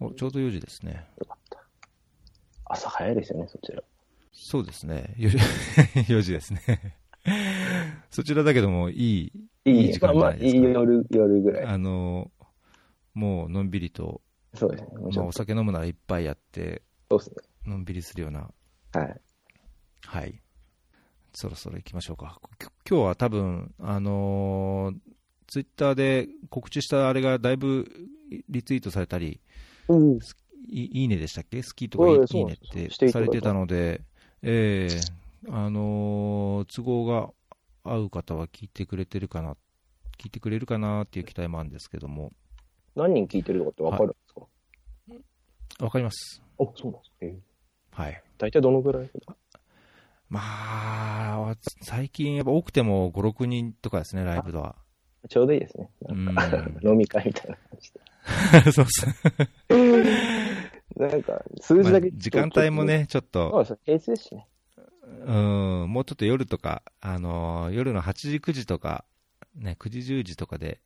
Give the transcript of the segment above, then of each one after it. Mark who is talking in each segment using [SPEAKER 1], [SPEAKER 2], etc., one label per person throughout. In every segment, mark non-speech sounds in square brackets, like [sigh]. [SPEAKER 1] おちょうど4時ですね。
[SPEAKER 2] よかった。朝早いですよね、そちら。
[SPEAKER 1] そうですね。4時 [laughs] 4時ですね。 [laughs] そちらだけども、いい、
[SPEAKER 2] いい
[SPEAKER 1] いい時間じゃ
[SPEAKER 2] まあ
[SPEAKER 1] な
[SPEAKER 2] まあ、
[SPEAKER 1] い
[SPEAKER 2] い
[SPEAKER 1] です
[SPEAKER 2] い
[SPEAKER 1] か
[SPEAKER 2] 夜、夜ぐらい。
[SPEAKER 1] あの、もうのんびりと、
[SPEAKER 2] そうですね。もう
[SPEAKER 1] まあ、
[SPEAKER 2] ちろん
[SPEAKER 1] お酒飲むなら一杯やって、
[SPEAKER 2] そうです
[SPEAKER 1] のんびりするような、
[SPEAKER 2] ね。はい。
[SPEAKER 1] はい。そろそろ行きましょうか。きょ今日は多分、あのツイッター Twitter で告知したあれがだいぶリツイートされたり、
[SPEAKER 2] うん。
[SPEAKER 1] いいいねでしたっけ好きとか
[SPEAKER 2] ええ
[SPEAKER 1] いい
[SPEAKER 2] そ
[SPEAKER 1] い
[SPEAKER 2] う
[SPEAKER 1] い
[SPEAKER 2] なん
[SPEAKER 1] ね
[SPEAKER 2] ですよ
[SPEAKER 1] っ
[SPEAKER 2] してていた
[SPEAKER 1] さ
[SPEAKER 2] だい
[SPEAKER 1] れて
[SPEAKER 2] た
[SPEAKER 1] たので、ええあのー都合が合う方は聞いてくれてるかな、聞いてくれるかなっていう期待もあるんですけども、
[SPEAKER 2] 何人聞いてるとかってわかるんですか、
[SPEAKER 1] わかります。
[SPEAKER 2] あ、そうなんですか。えー
[SPEAKER 1] はい。
[SPEAKER 2] 大体どのぐらい [laughs]
[SPEAKER 1] まあ、最近やっぱ多くても5、6人とかですね、ライブでは。
[SPEAKER 2] ちょうどいいですね。なんか、
[SPEAKER 1] う
[SPEAKER 2] [laughs] 飲み会みたいな感じで。 [laughs]
[SPEAKER 1] そうですね。
[SPEAKER 2] なんか、数字だ
[SPEAKER 1] [laughs]
[SPEAKER 2] け、
[SPEAKER 1] まあ時間帯も。ね、ちょっ
[SPEAKER 2] そ
[SPEAKER 1] と、
[SPEAKER 2] うですね。平日ですしね。
[SPEAKER 1] うん、もうちょっと夜とか、あのー夜の8時、9時とか、ね、9時、10時とかで、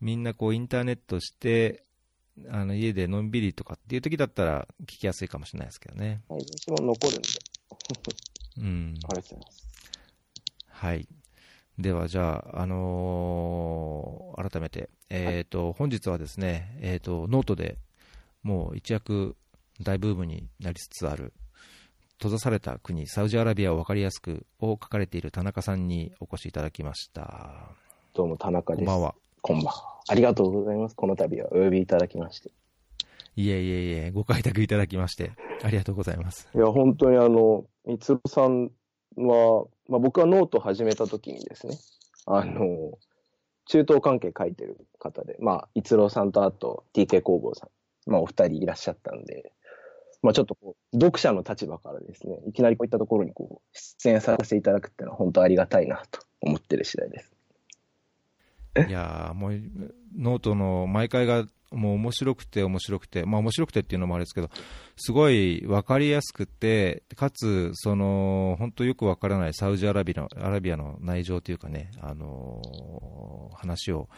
[SPEAKER 1] みんなこうインターネットして、あの家でのんびりとかっていう時だったら聞きやすいかもしれないですけどね。
[SPEAKER 2] 平日も残るんで。
[SPEAKER 1] うん。
[SPEAKER 2] ありがとうございます。
[SPEAKER 1] はい。では、じゃあ、あのー改めて、えっ、と、本日はですね、えっ、と、ノートでもう一躍大ブームになりつつある、閉ざされた国、サウジアラビアを分かりやすくを書かれている田中さんにお越しいただきました。
[SPEAKER 2] どうも、田
[SPEAKER 1] こ
[SPEAKER 2] 中です。
[SPEAKER 1] んばん。は。
[SPEAKER 2] こんばんは。ありがとうございます。この度はお呼びいただきまして。
[SPEAKER 1] いえいえいえ、ご開拓いただきまして、ありがとうございます。
[SPEAKER 2] いや、本当にあの、三郎さんは、まあ、僕はノートを始めた時にですね、あの、中東関係書いてる方で、まあ、逸郎さんとあと TK 工房さん、まあ、お二人いらっしゃったんで、まあ、ちょっとこう、読者の立場からですね、いきなりこういったところにこう、出演させていただくっていうのは本当ありがたいなと思ってる次第です。
[SPEAKER 1] いやーもうノートの毎回がもう面白くて面白くて、まあ面白くてっていうのもあれですけど、すごい分かりやすくて、かつ、その、本当よく分からないサウジアラビアのアラビアの内情というかね、あのー話を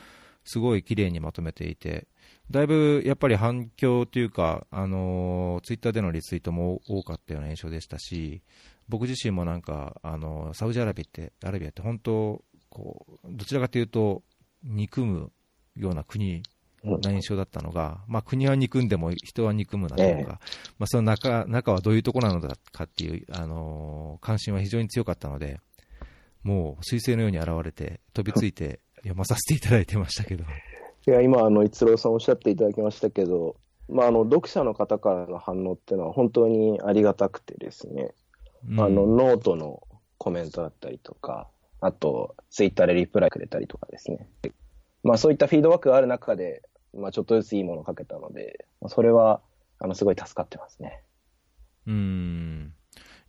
[SPEAKER 1] すごい綺麗にまとめていて、だいぶやっぱり反響というか、あのツイッター Twitter でのリツイートも多かったような印象でしたし、僕自身もなんか、あのサウジアラビアって、アラビアって本当、こう、どちらかというと、憎むような国
[SPEAKER 2] うん
[SPEAKER 1] な印象だったのが、まあ、国は憎んでも人は憎むなというか、まあ、その中中はどういうところなのだかっていう、あのー関心は非常に強かったので、もう彗星のように現れて、飛びついて読まさせていただいてましたけど、
[SPEAKER 2] いや、今、あの、逸郎さんおっしゃっていただきましたけど、まあ、あの、読者の方からの反応っていうのは本当にありがたくてですね、
[SPEAKER 1] うん
[SPEAKER 2] あの、ノートのコメントだったりとか、あと、ツイッターでリプライくれたりとかですね。まあ、そういったフィードバックがある中で、まあ、ちょっとずついいものをかけたので、まあ、それは、あの、すごい助かってますね。
[SPEAKER 1] うん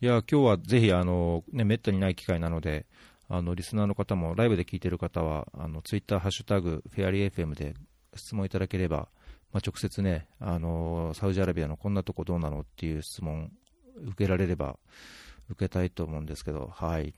[SPEAKER 1] いや今日はぜひあの、ね、めったにない機会なのであのリスナーの方もライブで聞いてる方はあのツイッターハッシュタグフェアリー FM で質問いただければ、まあ、直接ねあのサウジアラビアのこんなとこどうなのっていう質問受けられれば受けたいと思うんですけどはい。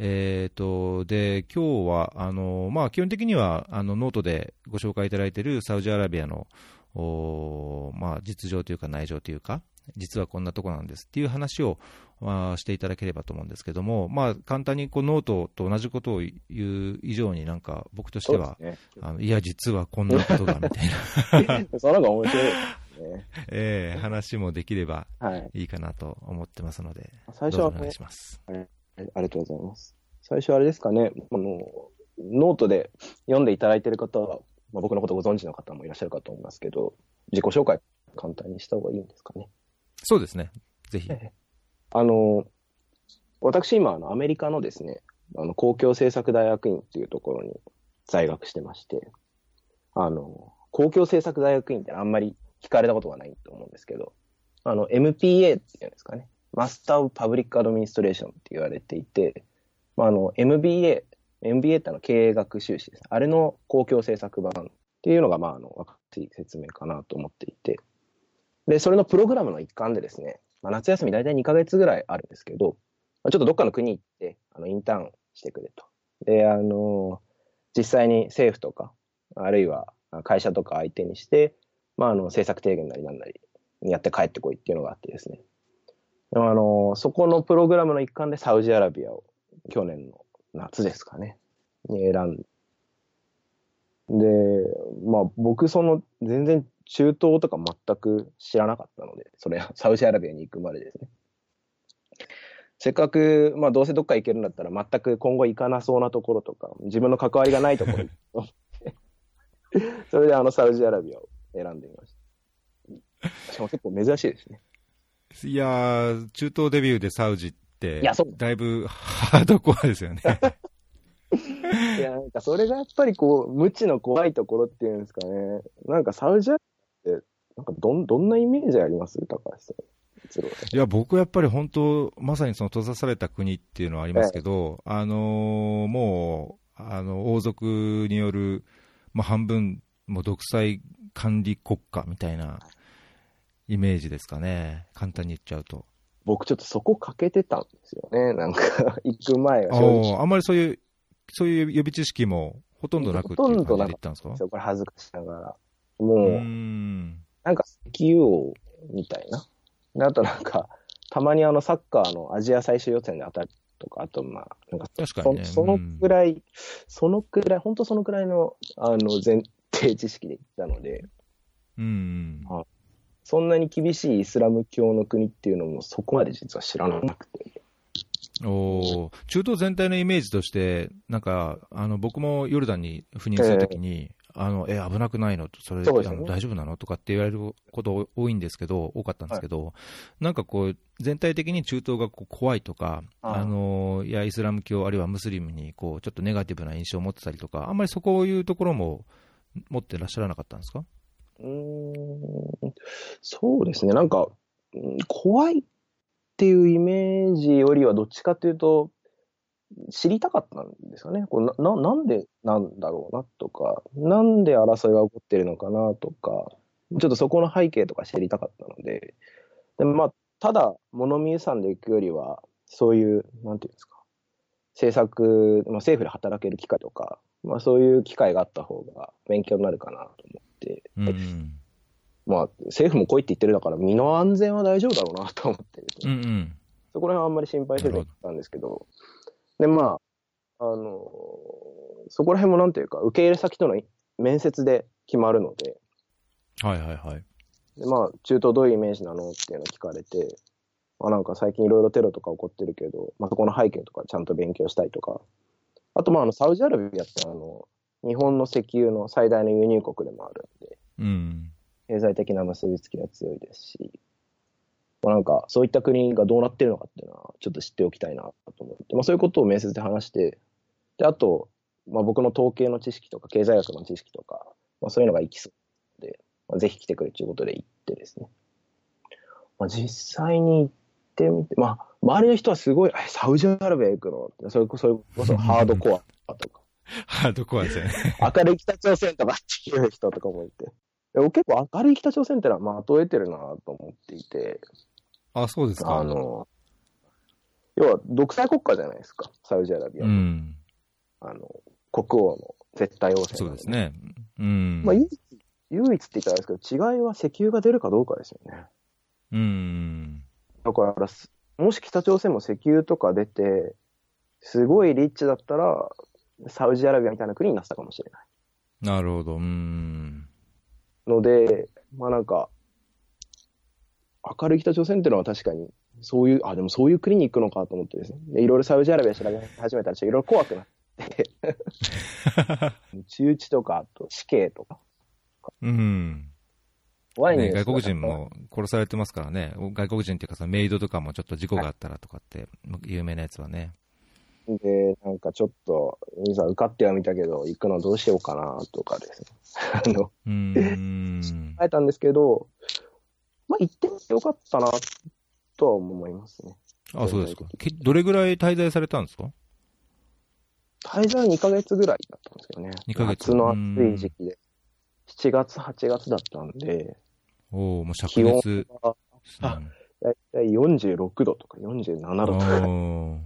[SPEAKER 1] えー、とで今日はあの、まあ、基本的にはあのノートでご紹介いただいているサウジアラビアの、おーまあ、実情というか内情というか実はこんなとこなんですっていう話を、まあ、していただければと思うんですけども、まあ、簡単にこうノートと同じことを言う以上になんか僕としては、
[SPEAKER 2] そうです
[SPEAKER 1] あのいや、実はこんなことがみたいな、
[SPEAKER 2] [laughs] ね。 [laughs] その方が面白いですね。
[SPEAKER 1] ええ話もできれば
[SPEAKER 2] はい。
[SPEAKER 1] いいかなと思ってますので、
[SPEAKER 2] 最初
[SPEAKER 1] ど
[SPEAKER 2] は
[SPEAKER 1] うぞお
[SPEAKER 2] ね
[SPEAKER 1] 願いします。
[SPEAKER 2] ありがとうございます。最初あれですかね、このノートで読んでいただいている方は、まあ、僕のことご存知の方もいらっしゃるかと思いますけど、自己紹介簡単にした方がいいんですかね。
[SPEAKER 1] そうですね、ぜひ。
[SPEAKER 2] あの、私今、あのアメリカのですね、あの公共政策大学院っていうところに在学してまして、あの、公共政策大学院ってあんまり聞かれたことがないと思うんですけど、あの、MPA っていうんですかね、マスター・オブ・パブリック・アドミニストレーションって言われていて、まあ、あの、MBA、MBA ってあの経営学修士です。あれの公共政策版っていうのが、まあ、あの、分かりやすい説明かなと思っていて、で、それのプログラムの一環でですね、まあ、夏休み大体2ヶ月ぐらいあるんですけど、まあ、ちょっとどっかの国行って、あの、インターンしてくれと。で、あの、実際に政府とか、あるいはあ会社とか相手にして、まあ、あの、政策提言なりなんなり、やって帰ってこいっていうのがあってですね。でもあの、そこのプログラムの一環でサウジアラビアを去年の夏ですかね、に選んで、まあ僕その全然中東とか全く知らなかったので、それ [laughs] サウジアラビアに行くまでですね。せっかく、まあどうせどっか行けるんだったら全く今後行かなそうなところとか、自分の関わりがないところに [laughs] それであのサウジアラビアを選んでみました。しかも結構珍しいですね。
[SPEAKER 1] いやー、中東デビューでサウジって
[SPEAKER 2] いやそう、
[SPEAKER 1] だいぶハードコアですよね。
[SPEAKER 2] いや、なんかそれがやっぱりこう、無知の怖いところっていうんですかね。なんかサウジアラビアって、なんかどん、どんなイメージあります高橋さん。一郎さん
[SPEAKER 1] いや、僕はやっぱり本当、まさにその閉ざされた国っていうのはありますけど、あのーもう、あの、王族による、まあ、半分、もう独裁管理国家みたいなイメージですかね。簡単に言っちゃうと。
[SPEAKER 2] 僕ちょっとそこ欠けてたんですよね。なんか、 [laughs] 行く前は
[SPEAKER 1] あ
[SPEAKER 2] 正直。
[SPEAKER 1] あんまりそういう、そういう予備知識もほとんどなくっていう感じで言ったんですか
[SPEAKER 2] そうこれ恥ずかしながら。もう、
[SPEAKER 1] うーん。
[SPEAKER 2] なんか石油王みたいな。であとなんか、たまにあのサッカーのアジア最終予選で当たるとか、あとまあ、なんか
[SPEAKER 1] 確か
[SPEAKER 2] そ
[SPEAKER 1] にね。
[SPEAKER 2] その
[SPEAKER 1] うん
[SPEAKER 2] くらい、そのくらい、本当そのくらいのあの前提知識で行ったので、
[SPEAKER 1] うん。
[SPEAKER 2] そんなに厳しいイスラム教の国っていうのも、そこまで実は知らなくて、
[SPEAKER 1] おー中東全体のイメージとして、なんかあの僕もヨルダンに赴任するときに、あのえ危なくないのと、それ
[SPEAKER 2] そうです
[SPEAKER 1] あ
[SPEAKER 2] よね
[SPEAKER 1] の大丈夫なのとかって言われること多いんですけど、多かったんですけど、なんかこう、全体的に中東がこう怖いとか、
[SPEAKER 2] あ
[SPEAKER 1] あ
[SPEAKER 2] あ
[SPEAKER 1] のいやイスラム教、あるいはムスリムにこうちょっとネガティブな印象を持ってたりとか、あんまりそこいうところも持ってらっしゃらなかったんですか
[SPEAKER 2] うーん、そうですね、なんか、うん怖いっていうイメージよりは、どっちかというと、知りたかったんですよね。こうなななんでなんだろうなとか、なんで争いが起こってるのかなとか、ちょっとそこの背景とか知りたかったので、でまあ、ただ物見遊山で行くよりは、そういう、なんていうんですか、政策、まあ、政府で働ける機会とか、まあ、そういう機会があった方が勉強になるかなと思って、
[SPEAKER 1] うん
[SPEAKER 2] まあ、政府も来いって言ってるだから、身の安全は大丈夫だろうなと思ってですね、
[SPEAKER 1] うんうん
[SPEAKER 2] そこら辺はあんまり心配せずに行ったんですけど、で、まあ、あのーそこら辺もなんていうか、受け入れ先との面接で決まるので、
[SPEAKER 1] はいはいはい。
[SPEAKER 2] でまあ、中東どういうイメージなのっていうのを聞かれて、まあ、なんか最近いろいろテロとか起こってるけど、まあ、そこの背景とかちゃんと勉強したいとか、あと、まあ、あの、サウジアラビアって、あの、日本の石油の最大の輸入国でもあるんで、
[SPEAKER 1] うん [laughs]
[SPEAKER 2] 経済的な結びつきが強いですし、まあ、なんかそういった国がどうなってるのかっていうのはちょっと知っておきたいなと思って、まあ、そういうことを面接で話して、であと、まあ、僕の統計の知識とか経済学の知識とか、まあ、そういうのがいきそうで、まあ、ぜひ来てくれということで行ってですね、まあ、実際に行ってみて、まあ、周りの人はすごい、えサウジアラビア行くのってそれこそそれこそハードコアとか、
[SPEAKER 1] ハードコアですよね。
[SPEAKER 2] [laughs] 明るい北朝鮮とかっていう人とかもいて。でも結構明るい北朝鮮ってのはまとえてるなと思っていて、
[SPEAKER 1] あ、そうですか。
[SPEAKER 2] あの、要は独裁国家じゃないですか、サウジアラビア。
[SPEAKER 1] うん。
[SPEAKER 2] あの、国王の絶対王政。
[SPEAKER 1] そうです。ね。うん。
[SPEAKER 2] まあ唯一、唯一って言ったらあれですけど、違いは石油が出るかどうかですよね。
[SPEAKER 1] うん。
[SPEAKER 2] だから、すもし北朝鮮も石油とか出て、すごいリッチだったら、サウジアラビアみたいな国になってたかもしれない。
[SPEAKER 1] なるほど。うん。
[SPEAKER 2] ので、まあなんか、明るい北朝鮮っていうのは確かに、そういう、あ、でもそういう国に行くのかと思ってですね、でいろいろサウジアラビア調べ始めたら、ちょっといろいろ怖く
[SPEAKER 1] [laughs]
[SPEAKER 2] なって、中打ちとか、あと死刑とか、
[SPEAKER 1] うん。
[SPEAKER 2] ワイン
[SPEAKER 1] ね、外国人も殺されてますからね。外国人っていうかさ、メイドとかもちょっと事故があったらとかって、有名なやつはね。
[SPEAKER 2] で、なんかちょっと、いざ受かってはみたけど、行くのどうしようかなとかですね、 [laughs] あの、
[SPEAKER 1] うん。
[SPEAKER 2] 考えたんですけど、まあ行ってみてよかったな、とは思いますね。
[SPEAKER 1] あ、そうですか。けどれぐらい滞在されたんですか
[SPEAKER 2] 滞在は2ヶ月ぐらいだったんですけどね。
[SPEAKER 1] 2ヶ月
[SPEAKER 2] 夏の暑い時期で。7月、8月だったんで、
[SPEAKER 1] おおもう灼熱。
[SPEAKER 2] ああだいたい46度とか47度とか、
[SPEAKER 1] お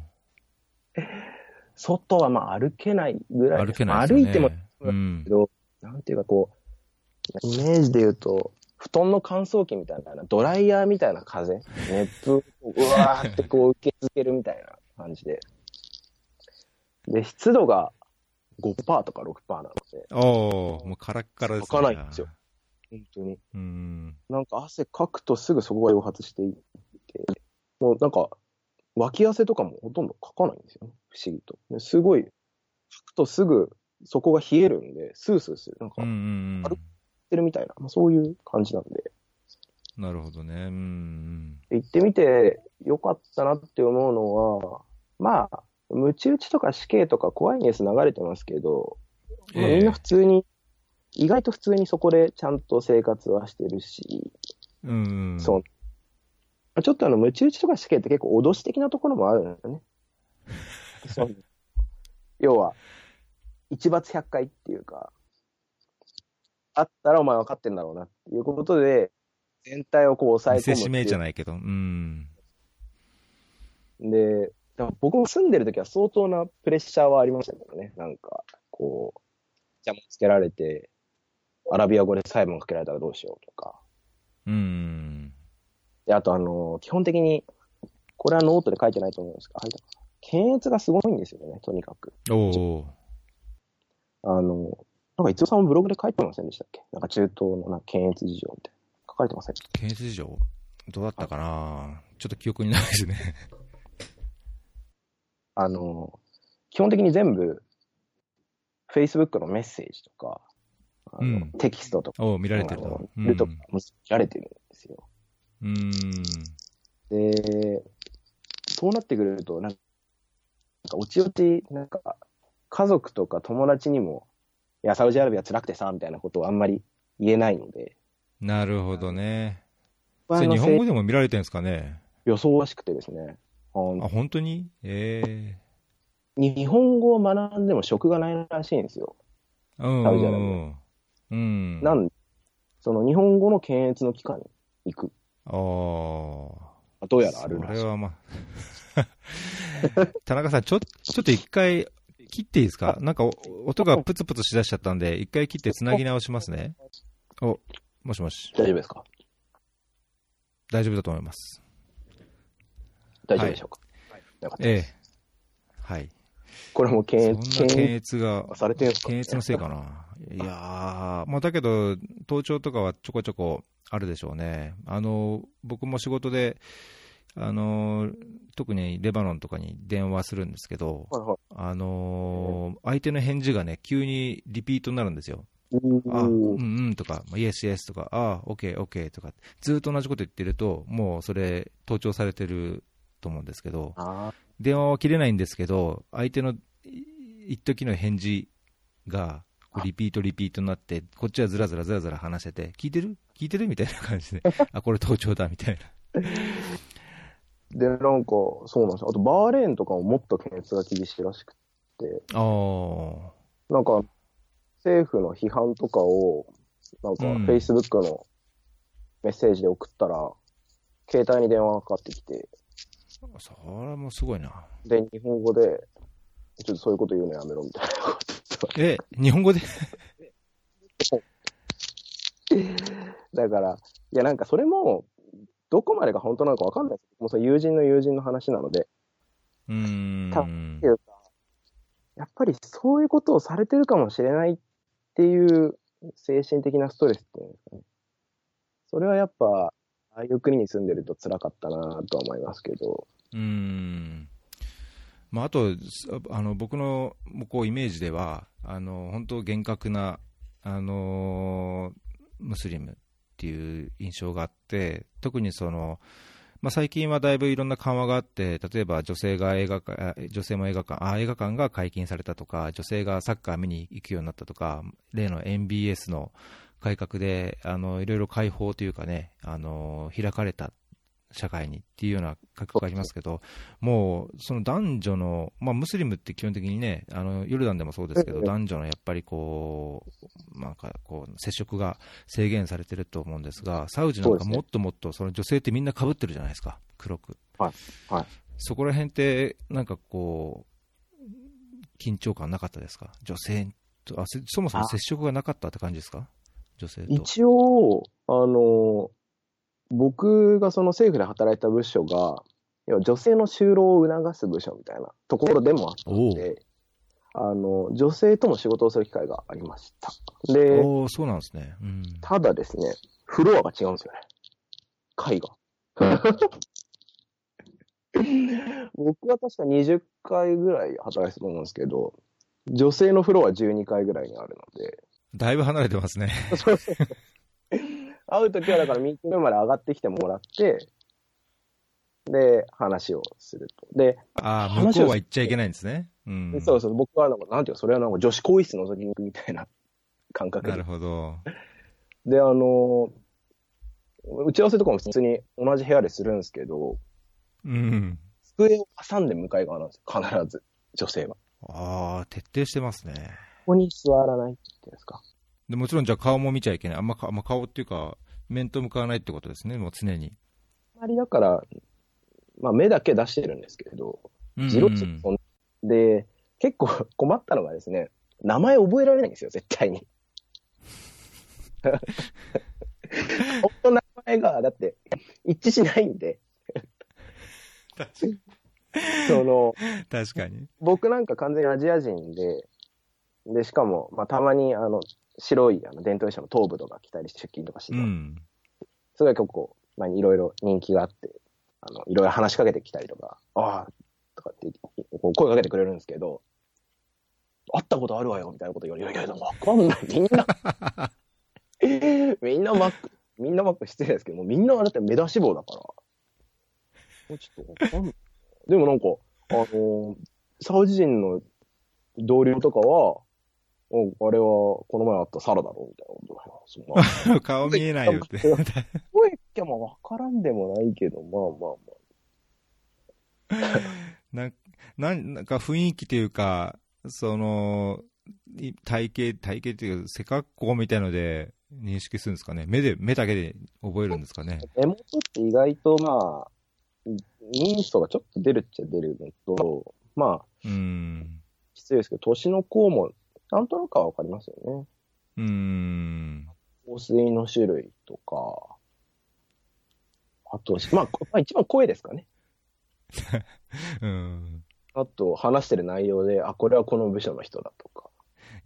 [SPEAKER 2] 外はまあ歩けないぐらい
[SPEAKER 1] 歩
[SPEAKER 2] です
[SPEAKER 1] けないですよ
[SPEAKER 2] 歩
[SPEAKER 1] ね。
[SPEAKER 2] いても、
[SPEAKER 1] うん
[SPEAKER 2] け。ど、なんていうかこう、イメージで言うと、布団の乾燥機みたいな、ドライヤーみたいな風、熱風をうわーってこう受け付けるみたいな感じで。で、湿度が5%とか6%なので、
[SPEAKER 1] ああ、もうカラッカラですね。
[SPEAKER 2] 開かないんですよ。本当に。
[SPEAKER 1] うん。
[SPEAKER 2] なんか汗かくとすぐそこが蒸発していって、もうなんか、脇汗とかもほとんどかかないんですよね、不思議と。ですごい、かくとすぐそこが冷えるんで、スースーする。なんか、
[SPEAKER 1] うんう
[SPEAKER 2] やっ
[SPEAKER 1] ん
[SPEAKER 2] あるてるみたいな、まあ、そういう感じなんで。
[SPEAKER 1] うん。なるほどね。うん
[SPEAKER 2] 行ってみてよかったなって思うのは、まあ、ムチ打ちとか死刑とか怖いニュース流れてますけど、
[SPEAKER 1] うん。
[SPEAKER 2] まあ
[SPEAKER 1] ええ
[SPEAKER 2] みんな普通に、意外と普通にそこでちゃんと生活はしてるし、
[SPEAKER 1] うんうん。
[SPEAKER 2] そう。まあちょっとあの、ムチ打ちとか死刑って結構脅し的なところもあるんです
[SPEAKER 1] [laughs]
[SPEAKER 2] よね。そう要は、一罰百回っていうか、あったらお前分かってんだろうなっていうことで、全体をこう抑え
[SPEAKER 1] 見
[SPEAKER 2] 込む
[SPEAKER 1] せ
[SPEAKER 2] っていう。
[SPEAKER 1] しめじゃないけど。うん。
[SPEAKER 2] で、だから僕も住んでる時は相当なプレッシャーはありましたけどね。なんか、こう、邪魔つけられて、アラビア語で裁判かけられたらどうしようとか。
[SPEAKER 1] うん。
[SPEAKER 2] で、あとあの、基本的に、これはノートで書いてないと思うんですけど、書いたかな検閲がすごいんですよね、とにかく。
[SPEAKER 1] おお
[SPEAKER 2] あの、なんか伊藤さんもブログで書いてませんでしたっけなんか中東のなんか検閲事情みたいな。書かれてません
[SPEAKER 1] ー。検閲事情どうだったかなちょっと記憶にないですね。 [laughs]
[SPEAKER 2] あの、基本的に全部、Facebook のメッセージとか、あの
[SPEAKER 1] うん
[SPEAKER 2] テキストとか
[SPEAKER 1] おお見られてる
[SPEAKER 2] あ
[SPEAKER 1] な
[SPEAKER 2] の。
[SPEAKER 1] うん
[SPEAKER 2] ルートもられてるんですよ。
[SPEAKER 1] うん。
[SPEAKER 2] で、そうなってくると、なんか、おちおち、なんか、家族とか友達にも、いや、サウジアラビア辛くてさ、みたいなことをあんまり言えないので、
[SPEAKER 1] なるほどね。
[SPEAKER 2] あ
[SPEAKER 1] それ
[SPEAKER 2] の
[SPEAKER 1] 日本語でも見られてるんですかね
[SPEAKER 2] 予想らしくてですね、あ
[SPEAKER 1] あ、
[SPEAKER 2] の
[SPEAKER 1] 本当にえ
[SPEAKER 2] 日本語を学んでも職がないらしいんですよ。
[SPEAKER 1] えー。うん
[SPEAKER 2] サウジア
[SPEAKER 1] う
[SPEAKER 2] ラビ
[SPEAKER 1] ん。うん。
[SPEAKER 2] なんで、その日本語の検閲の機関に行く。
[SPEAKER 1] ああ。
[SPEAKER 2] どうやらあるらし
[SPEAKER 1] そ
[SPEAKER 2] い
[SPEAKER 1] れ。はまあ [laughs] 田中さん、ちょ、ちょっと一回切っていいですかなんかお音がプツプツしだしちゃったんで、一回切ってつなぎ直しますね。お、もしもし。
[SPEAKER 2] 大丈夫ですか
[SPEAKER 1] 大丈夫だと思います。
[SPEAKER 2] 大丈夫でしょうか、よかった
[SPEAKER 1] え
[SPEAKER 2] で
[SPEAKER 1] え
[SPEAKER 2] す。。
[SPEAKER 1] はい。
[SPEAKER 2] これも
[SPEAKER 1] そん
[SPEAKER 2] 検
[SPEAKER 1] な
[SPEAKER 2] 閲、
[SPEAKER 1] 検
[SPEAKER 2] 検
[SPEAKER 1] 閲が
[SPEAKER 2] 閲、されてるんですかね
[SPEAKER 1] 検閲のせいかな。いやー、まあだけど、盗聴とかはちょこちょこあるでしょうね。あの、僕も仕事で、あの、特にレバノンとかに電話するんですけど、
[SPEAKER 2] はいはい
[SPEAKER 1] あのー相手の返事がね、急にリピートになるんですよ。あ、う
[SPEAKER 2] お
[SPEAKER 1] ん
[SPEAKER 2] ー
[SPEAKER 1] うんとか、イエスイエスとか、あ、オッケーオッケーとか、ずっと同じこと言ってると、もうそれ、盗聴されてると思うんですけど、
[SPEAKER 2] あ
[SPEAKER 1] 電話は切れないんですけど、相手のい一時の返事が、こうリピートリピートになって、こっちはずらずらずらずら話してて、聞いてる聞いてるみたいな感じで、あ、これ盗聴だみたいな。
[SPEAKER 2] ーで、なんか、そうなんですよ。あと、バーレーンとかももっと検閲が厳しいらしくて、
[SPEAKER 1] あー
[SPEAKER 2] なんか、政府の批判とかを、なんか、
[SPEAKER 1] うん
[SPEAKER 2] Facebook のメッセージで送ったら、携帯に電話がかかってきて、
[SPEAKER 1] それはもうすごいな。
[SPEAKER 2] で、日本語で、ちょっとそういうこと言うのやめろみたいなこと。
[SPEAKER 1] え、日本語で
[SPEAKER 2] だから、いや、なん [laughs] か、それも、どこまでが本当なのかわかんないですもうその友人の友人の話なので、
[SPEAKER 1] うーん
[SPEAKER 2] って。いうか、やっぱりそういうことをされてるかもしれないっていう精神的なストレスっていうんですかね。それはやっぱ、ああいう国に住んでると辛かったなとは思いますけど。
[SPEAKER 1] うーんまあ、あとすあの僕のこうイメージではあの本当厳格な、あのームスリムっていう印象があって特にその、まあ、最近はだいぶいろんな緩和があって例えば女性が映画館あ女性も映画館あ映画館が解禁されたとか女性がサッカー見に行くようになったとか例の NBS の改革であのいろいろ開放というかね、あの開かれた社会にっていうような改革がありますけど、もうその男女の、まあ、ムスリムって基本的にね、あのヨルダンでもそうですけど、
[SPEAKER 2] うんうん
[SPEAKER 1] 男女のやっぱりこう、なんかこう、接触が制限されてると思うんですが、サウジなん
[SPEAKER 2] そうで
[SPEAKER 1] か
[SPEAKER 2] すね
[SPEAKER 1] もっともっと、その女性ってみんな被ってるじゃないですか、黒く。
[SPEAKER 2] はいはい
[SPEAKER 1] そこら辺って、なんかこう、緊張感なかったですか、女性とあ、せそもそも接触がなかったって感じですか、女性と。
[SPEAKER 2] 一応、あの、僕がその政府で働いた部署が、要は女性の就労を促す部署みたいなところでもあったので、あの、女性とも仕事をする機会がありました。で、
[SPEAKER 1] おおそうなんですね。うん。
[SPEAKER 2] ただですね、フロアが違うんですよね。階が。僕は確か20回ぐらい働いてたと思うんですけど、女性のフロア12回ぐらいにあるので、
[SPEAKER 1] だいぶ離れてますね。
[SPEAKER 2] そうそうそう会うときはだからミーティングまで上がってきてもらって、で、話をすると。で、
[SPEAKER 1] ああ、向
[SPEAKER 2] 話を
[SPEAKER 1] こうは行っちゃいけないんですね。うん。
[SPEAKER 2] そうそう、僕はなんか、なんていうか、それはなんか女子更衣室覗きに行くみたいな感覚
[SPEAKER 1] な
[SPEAKER 2] で
[SPEAKER 1] る。ほ
[SPEAKER 2] [laughs]
[SPEAKER 1] ど。
[SPEAKER 2] で、あのー打ち合わせとかも普通に同じ部屋でするんですけど、
[SPEAKER 1] うん。
[SPEAKER 2] 机を挟んで向かい側なんですよ、必ず、女性は。
[SPEAKER 1] ああ、徹底してますね。
[SPEAKER 2] ここに座らないっていうんですか。
[SPEAKER 1] でもちろんじゃあ顔も見ちゃいけない。あんまかあんま顔っていうか、面と向かわないってことですね、もう常に。
[SPEAKER 2] あまりだから、まあ目だけ出してるんですけど、
[SPEAKER 1] うん
[SPEAKER 2] ジロッと飛んで、結構困ったのがですね、名前覚えられないんですよ、絶
[SPEAKER 1] [laughs]
[SPEAKER 2] 対に。本の名前が、だって、一致しないんで、その、
[SPEAKER 1] [laughs] 確かに。
[SPEAKER 2] 僕なんか完全にアジア人で、で、しかも、まあ、たまに、あの、白い、あの、伝統衣装の頭部とか着たり出勤とかして
[SPEAKER 1] う
[SPEAKER 2] た、
[SPEAKER 1] ん。 [laughs]
[SPEAKER 2] それが結構、まあ、いろいろ人気があって、あの、いろいろ話しかけてきたりとか、ああ、とかって言ってこう声かけてくれるんですけど、会ったことあるわよ、みたいなこと言われるけど、わかんない。みんな、みんなマック、みんなマック失礼ですけど、もうみんなだって目出し帽だから。もうちょっとわかんない。でもなんか、あのーサウジ人の同僚とかは、おあれは、この前あったサラだろうみたいなことだよそんな。
[SPEAKER 1] 顔見えないよって。
[SPEAKER 2] [laughs] 声かもわからんでもないけど、まあまあまあ。
[SPEAKER 1] なんなんなんか雰囲気というか、その、い体型、体型というか、背格好みたいので認識するんですかね。目で、目だけで覚えるんですかね。
[SPEAKER 2] 目元って意外とまあ、人相がちょっと出るっちゃ出るのと、まあ、
[SPEAKER 1] うん。
[SPEAKER 2] 失礼ですけど、年の子も、なんとなくはわかりますよね。
[SPEAKER 1] うん。
[SPEAKER 2] 香水の種類とか、あと、まあ、こまあ一番声ですかね。
[SPEAKER 1] うん。
[SPEAKER 2] あと、話してる内容で、あ、これはこの部署の人だとか。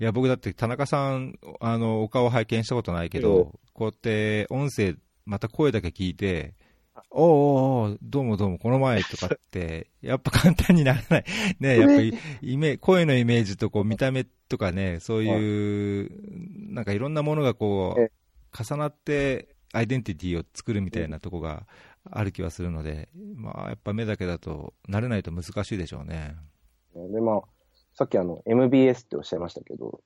[SPEAKER 1] いや、僕だって田中さん、あの、お顔拝見したことないけ
[SPEAKER 2] ええ
[SPEAKER 1] ど、こうやって音声、また声だけ聞いて、おうおうおうどうもどうも、この前とか
[SPEAKER 2] [laughs]
[SPEAKER 1] って、やっぱ簡単にならない。ね、やっぱり、イメ声のイメージとこう見た目とかね、そういう、なんかいろんなものがこ
[SPEAKER 2] え
[SPEAKER 1] う、重なって、アイデンティティを作るみたいなとこがある気はするので、まあ、やっぱ目だけだと、慣れないと難しいでしょうね。
[SPEAKER 2] で、まあ、さっきあの、MBS っておっしゃいましたけど、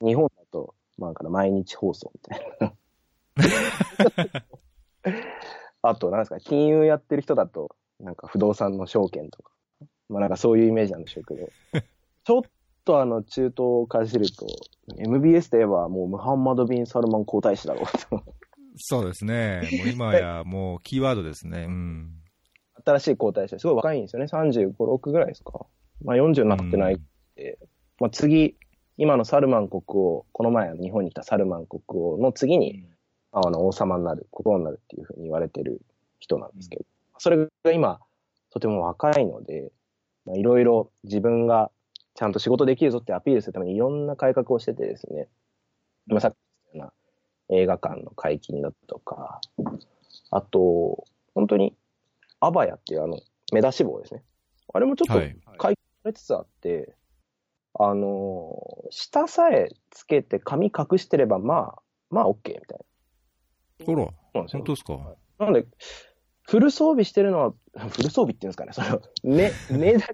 [SPEAKER 2] 日本だと、まあ、だから毎日放送みたいな。 [laughs] あと、なんですか、金融やってる人だと、なんか不動産の証券とか、まあなんかそういうイメージなんでしょうけど、ちょっとあの、中東からすると、MBS といえばもうムハンマド・ビン・サルマン皇太子だろうと。 [laughs]
[SPEAKER 1] そうですね。もう今や、もうキーワードですね。うん。
[SPEAKER 2] 新しい皇太子ですごい若いんですよね。35、6ぐらいですか。まあ40になってないまあ、次、今のサルマン国王、この前日本に来たサルマン国王の次に、あの王様になる、国王になるっていうふうに言われてる人なんですけど、それが今、とても若いので、まあいろいろ自分がちゃんと仕事できるぞってアピールするためにいろんな改革をしててですね、まあさっき言ったような映画館の解禁だとか、あと、本当に、アバヤっていうあの、目出し帽ですね。あれもちょっと
[SPEAKER 1] はい。
[SPEAKER 2] されつつあって、あのー下さえつけて髪隠してれば、まあ、まあ OK みたい
[SPEAKER 1] ほら、
[SPEAKER 2] な。そうなんですよ
[SPEAKER 1] 本当ですか。
[SPEAKER 2] なので、フル装備してるのは、 [laughs] フル装備っていうんですかね、その、
[SPEAKER 1] [laughs]
[SPEAKER 2] 目、目だ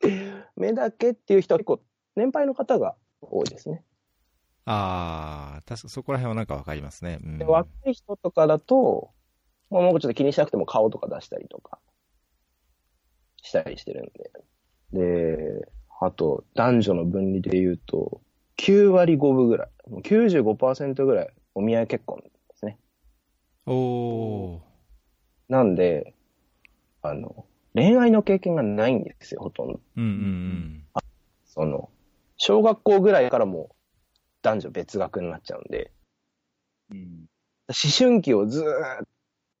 [SPEAKER 2] け、目だけっていう人は結構、年配の方が多いですね。
[SPEAKER 1] ああ、確かそこら辺はなんかわかりますね。うん
[SPEAKER 2] で、若い人とかだと、まあもうちょっと気にしなくても顔とか出したりとか、したりしてるんで。で、あと、男女の分離で言うと、9割5分ぐらい、もう95%ぐらいお見合い結婚ですね。
[SPEAKER 1] おお
[SPEAKER 2] なんで、あの、恋愛の経験がないんですよ、ほとんど。
[SPEAKER 1] ー。うんうん
[SPEAKER 2] その、小学校ぐらいからもう男女別学になっちゃうんで、
[SPEAKER 3] うん。
[SPEAKER 2] 思春期をずーっ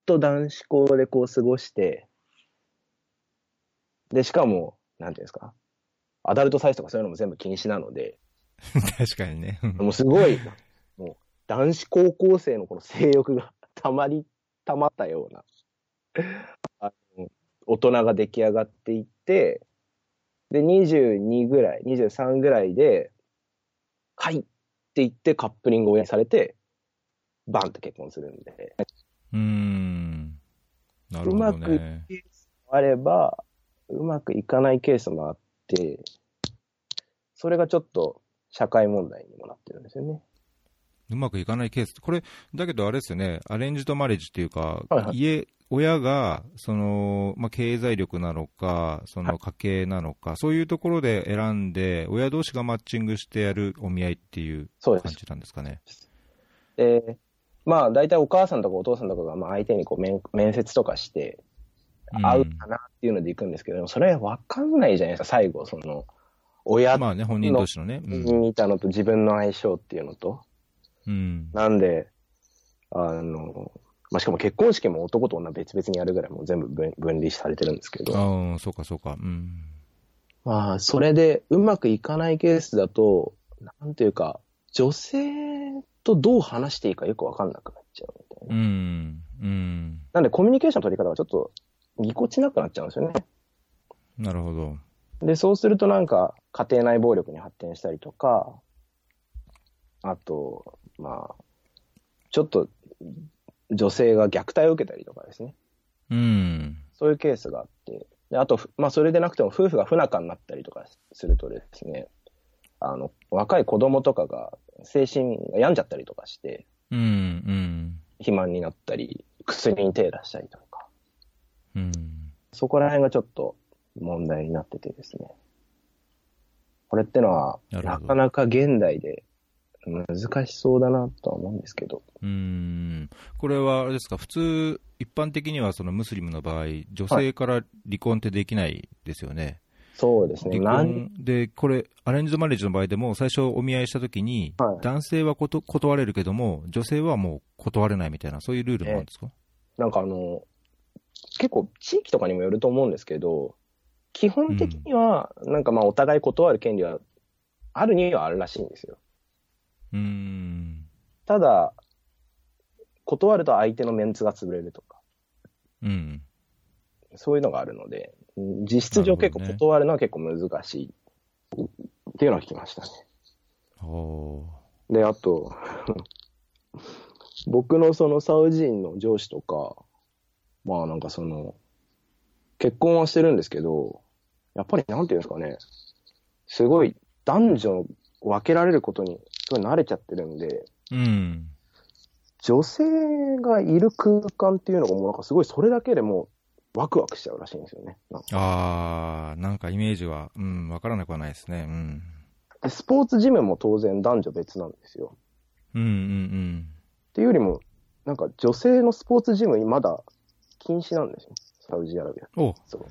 [SPEAKER 2] と男子校でこう過ごして、で、しかも、なんていうんですか、アダルトサイズとかそういうのも全部禁止なので、
[SPEAKER 1] 確かにね。
[SPEAKER 2] もうすごい、もう男子高校生のこの性欲が [laughs] たまり、たまったような、あの大人が出来上がっていって、で、22ぐらい、23ぐらいで、はいって言ってカップリングを親にされて、バンと結婚するんで、
[SPEAKER 1] うん。なるほどね。
[SPEAKER 2] あれば、うまくいかないケースもあって、それがちょっと社会問題にもなってるんですよね。
[SPEAKER 1] うまくいかないケース。これ、だけどあれですよね、アレンジとマレージっていうか、
[SPEAKER 2] はいはい
[SPEAKER 1] 家、親が、その、まあ、経済力なのか、そ
[SPEAKER 2] は
[SPEAKER 1] の家計なのか、そういうところで選んで、親同士がマッチングしてやるお見合いっていう
[SPEAKER 2] そうです
[SPEAKER 1] 感。じなんですかね。
[SPEAKER 2] で、まあ、大体お母さんとかお父さんとかが、まあ、相手にこう面、面接とかして、
[SPEAKER 1] ん
[SPEAKER 2] 合うかなっていうので行くんですけど、でもそれ分かんないじゃないですか、最後、その、親
[SPEAKER 1] まあね、本人同士のね。うん。
[SPEAKER 2] にいたのと自分の相性っていうのと。
[SPEAKER 1] うん。
[SPEAKER 2] なんで、あの、まあ、しかも結婚式も男と女別々にやるぐらいもう全部分分離されてるんですけど。
[SPEAKER 1] ああ、そうかそうか。うん。
[SPEAKER 2] まあ、それでうまくいかないケースだと、なんていうか、女性とどう話していいかよくわかんなくなっちゃうみたいな。
[SPEAKER 1] うん。うん。
[SPEAKER 2] なんでコミュニケーションの取り方がちょっとぎこちなくなっちゃうんですよね。
[SPEAKER 1] なるほど。
[SPEAKER 2] で、そうするとなんか家庭内暴力に発展したりとか、あと、まあ、ちょっと女性が虐待を受けたりとかですね。
[SPEAKER 1] うん。
[SPEAKER 2] そういうケースがあって、であと、ふまあ、それでなくても夫婦が不仲になったりとかするとですね、あの若い子供とかが精神が病んじゃったりとかして、
[SPEAKER 1] うん。うん。
[SPEAKER 2] 肥満になったり、薬に手出したりとか、
[SPEAKER 1] うん。
[SPEAKER 2] そこら辺がちょっと問題になっててですね。これってのは、
[SPEAKER 1] なる
[SPEAKER 2] な
[SPEAKER 1] ほど
[SPEAKER 2] かなか現代で難しそうだなとは思うんですけど、
[SPEAKER 1] うーんこれはあれですか、普通、一般的にはそのムスリムの場合、女性から離婚ってできないですよね。
[SPEAKER 2] そうですね、
[SPEAKER 1] 離
[SPEAKER 2] なん
[SPEAKER 1] 婚で、これ、アレンジドマレージの場合でも、最初お見合いしたときに、
[SPEAKER 2] はい
[SPEAKER 1] 男性はこと断れるけども、女性はもう断れないみたいな、そういうルールもあるんですか、
[SPEAKER 2] なんかあの、結構地域とかにもよると思うんですけど、基本的には、なんかまあお互い断る権利はあるにはあるらしいんですよ。
[SPEAKER 1] うーん。
[SPEAKER 2] ただ、断ると相手のメンツが潰れるとか、
[SPEAKER 1] うん。
[SPEAKER 2] そういうのがあるので、うん実質上結構
[SPEAKER 1] なるほどね
[SPEAKER 2] 断るのは結構難しいっていうのは聞きましたね。
[SPEAKER 1] お
[SPEAKER 2] で、あと、 [laughs] 僕のそのサウジ人の上司とか、まあなんかその、結婚はしてるんですけど、やっぱりなんていうんですかね、すごい男女を分けられることにすごい慣れちゃってるんで、
[SPEAKER 1] ーうん。
[SPEAKER 2] 女性がいる空間っていうのがもうなんかすごいそれだけでもうワクワクしちゃうらしいんですよね。なんか
[SPEAKER 1] あー、なんかイメージは、うん、わからなくはないですね。うん。
[SPEAKER 2] でスポーツジムも当然男女別なんですよ。
[SPEAKER 1] うんうん
[SPEAKER 2] っていうよりも、なんか女性のスポーツジムまだ禁止なんですよ。サウジアラビア。
[SPEAKER 1] うん。お
[SPEAKER 2] そう。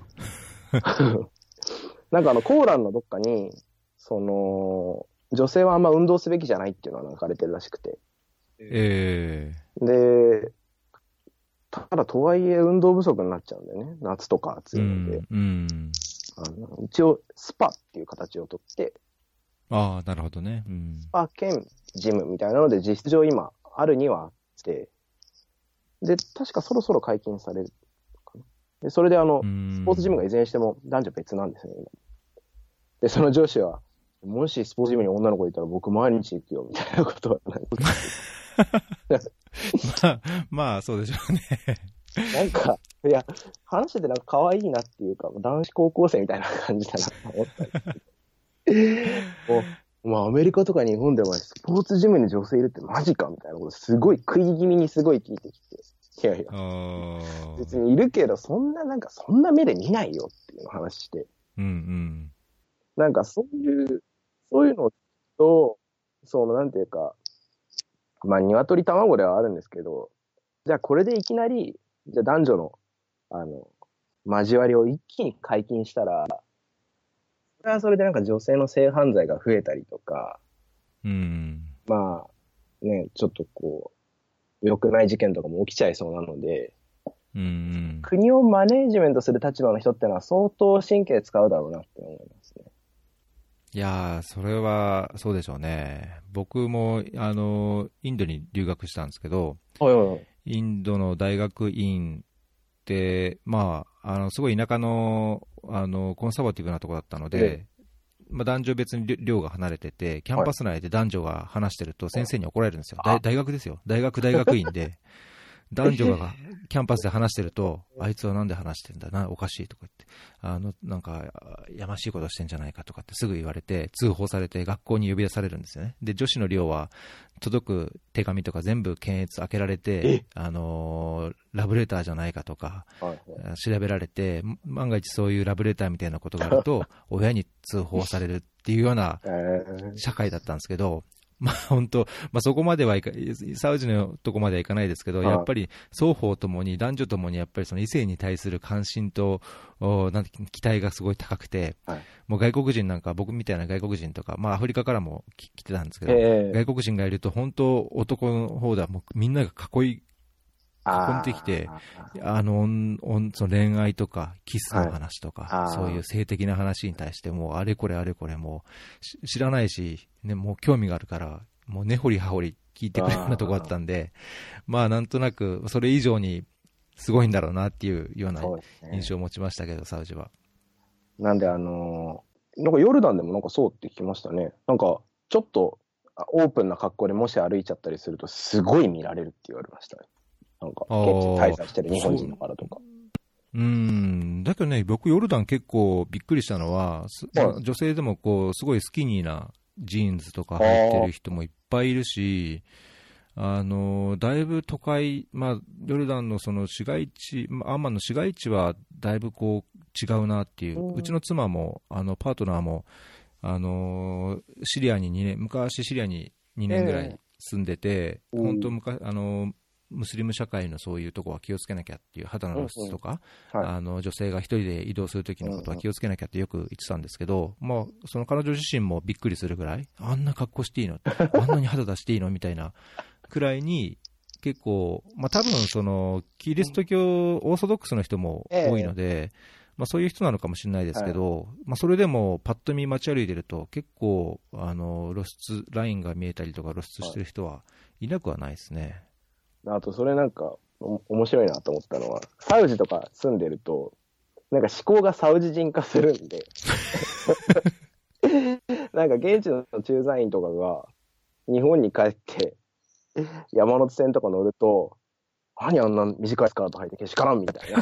[SPEAKER 2] なんかあの、コーランのどっかに、その、女性はあんま運動すべきじゃないっていうのは書かれてるらしくて。
[SPEAKER 1] え
[SPEAKER 2] で、ただとはいえ運動不足になっちゃうんだよね。夏とか
[SPEAKER 1] え
[SPEAKER 2] 暑
[SPEAKER 1] ー。
[SPEAKER 2] いうので。
[SPEAKER 1] ん。うん。
[SPEAKER 2] あの一応、スパっていう形をとって、
[SPEAKER 1] あー、なるほどね。うん。
[SPEAKER 2] スパ兼ジムみたいなので、実質上今、あるにはあって、で、確かそろそろ解禁されるかな。で、それであの、ス
[SPEAKER 1] ス
[SPEAKER 2] ポーツジムがいずれにしても男女別なんですね、今で、その上司は、もしスポーツジムに女の子いたら僕毎日行くよ、みたいなことはなんか、
[SPEAKER 1] まあ、そうでしょうね。 [laughs]
[SPEAKER 2] なんか、いや、話しててなんか可愛いなっていうか、男子高校生みたいな感じだなと思ったんですけど。おまあ、アメリカとか日本ではスポーツジムに女性いるってマジかみたいなことすごい食い気味にすごい聞いてきて。いやいや、別にいるけど、そんななんかそんな目で見ないよっていうのを話して。
[SPEAKER 1] うんうん。
[SPEAKER 2] なんかそういう、そういうのと、そのなんていうか、まあ鶏卵ではあるんですけど、じゃあこれでいきなり、じゃあ男女の、あの、交わりを一気に解禁したら、それはそれでなんか女性の性犯罪が増えたりとか、
[SPEAKER 1] うん。
[SPEAKER 2] まあね、ちょっとこ良くない事件とかも起きちゃいそうなので、
[SPEAKER 1] うん
[SPEAKER 2] 国をマネージメントする立場の人ってのは相当神経使うだろうなって思いますね。
[SPEAKER 1] いやー、それはそうでしょうね、僕もあのインドに留学したんですけど、
[SPEAKER 2] はいはいはい。
[SPEAKER 1] インドの大学院って、まあ、あのすごい田舎のあのコンサバティブなとこだったので、まあ、男女別にりょ寮が離れてて、キャンパス内で男女が話してると先生に怒られるんですよ、
[SPEAKER 2] あ
[SPEAKER 1] 大大学ですよ、大学、大学院
[SPEAKER 2] [laughs]
[SPEAKER 1] で、男女がキャンパスで話してると、あいつはなんで話してんだな、おかしいとか言って、あのなんか、あやましいことしてんじゃないかとかってすぐ言われて、通報されて、学校に呼び出されるんですよね。で女子の寮は届く手紙とか全部検閲開けられて
[SPEAKER 2] え、
[SPEAKER 1] あのーラブレターじゃないかとか
[SPEAKER 2] はいはい
[SPEAKER 1] あ調べられて、万が一そういうラブレターみたいなことがある
[SPEAKER 2] [laughs]
[SPEAKER 1] と、親に通報されるっていうような
[SPEAKER 2] えー
[SPEAKER 1] 社会だったんですけど、 [laughs] まあ本当、まあ、そこまではいか、サウジのとこまではいかないですけど、
[SPEAKER 2] はい
[SPEAKER 1] やっぱり双方ともに、男女ともに、やっぱりその異性に対する関心と、おなんて期待がすごい高くて、
[SPEAKER 2] はい
[SPEAKER 1] もう外国人なんか、僕みたいな外国人とか、まあ、アフリカからも来来てたんですけど、
[SPEAKER 2] えー
[SPEAKER 1] 外国人がいると、本当、男の方ではもうみんなが囲い、囲
[SPEAKER 2] あー
[SPEAKER 1] んできて
[SPEAKER 2] あー
[SPEAKER 1] あのおんおんその恋愛とか、キスの話とか、
[SPEAKER 2] はいあー
[SPEAKER 1] そういう性的な話に対して、もうあれこれあれこれ、もうし知らないし、ね、もう興味があるから、もう根掘り葉掘り聞いてくるようなとこだったんで、まあなんとなく、それ以上にすごいんだろうなっていうような
[SPEAKER 2] そうですね
[SPEAKER 1] 印象を持ちましたけど、サウジは。
[SPEAKER 2] なんで、あのーなんかヨルダンでもなんかそうって聞きましたね。なんか、ちょっとあオープンな格好でもし歩いちゃったりすると、すごい見られるって言われましたね。なんか、
[SPEAKER 1] あー
[SPEAKER 2] 現地滞在してる日本人からとか。
[SPEAKER 1] うんだけどね、僕、ヨルダン結構びっくりしたのは、す
[SPEAKER 2] は
[SPEAKER 1] 女性でもこうすごいスキニーなジーンズとか履いてる人もいっぱいいるし、あのだいぶ都会、まあ、ヨルダンのその市街地、まあアンマンの市街地はだいぶこう違うなっていう、
[SPEAKER 2] うん
[SPEAKER 1] うちの妻もあのパートナーもあのシリアに2年、昔シリアに2年ぐら
[SPEAKER 2] え
[SPEAKER 1] い住んでて、
[SPEAKER 2] うん
[SPEAKER 1] 本当むかあの、ムスリム社会のそういうとこは気をつけなきゃっていう、肌の露出とか、
[SPEAKER 2] はい
[SPEAKER 1] あの女性が一人で移動するときのことは気をつけなきゃってよく言ってたんですけど、まあ、その彼女自身もびっくりするぐらい、あんな格好していいの、
[SPEAKER 2] [laughs]
[SPEAKER 1] あんなに肌出していいのみたいなくらいに、結構、まあ多分そのキリスト教、オーソドックスの人も多いので、まあ、そういう人なのかもしれないですけど、まあ、それでもパッと見街歩いてると、結構あの露出、ラインが見えたりとか、露出してる人はいなくはないですね。
[SPEAKER 2] あと、それなんか、お面白いなと思ったのは、サウジとか住んでると、なんか思考がサウジ人化するんで、 [laughs] なんか現地の駐在員とかが、日本に帰って、山手線とか乗ると、何あんな短いスカート履いてけしからんみたいな、
[SPEAKER 1] い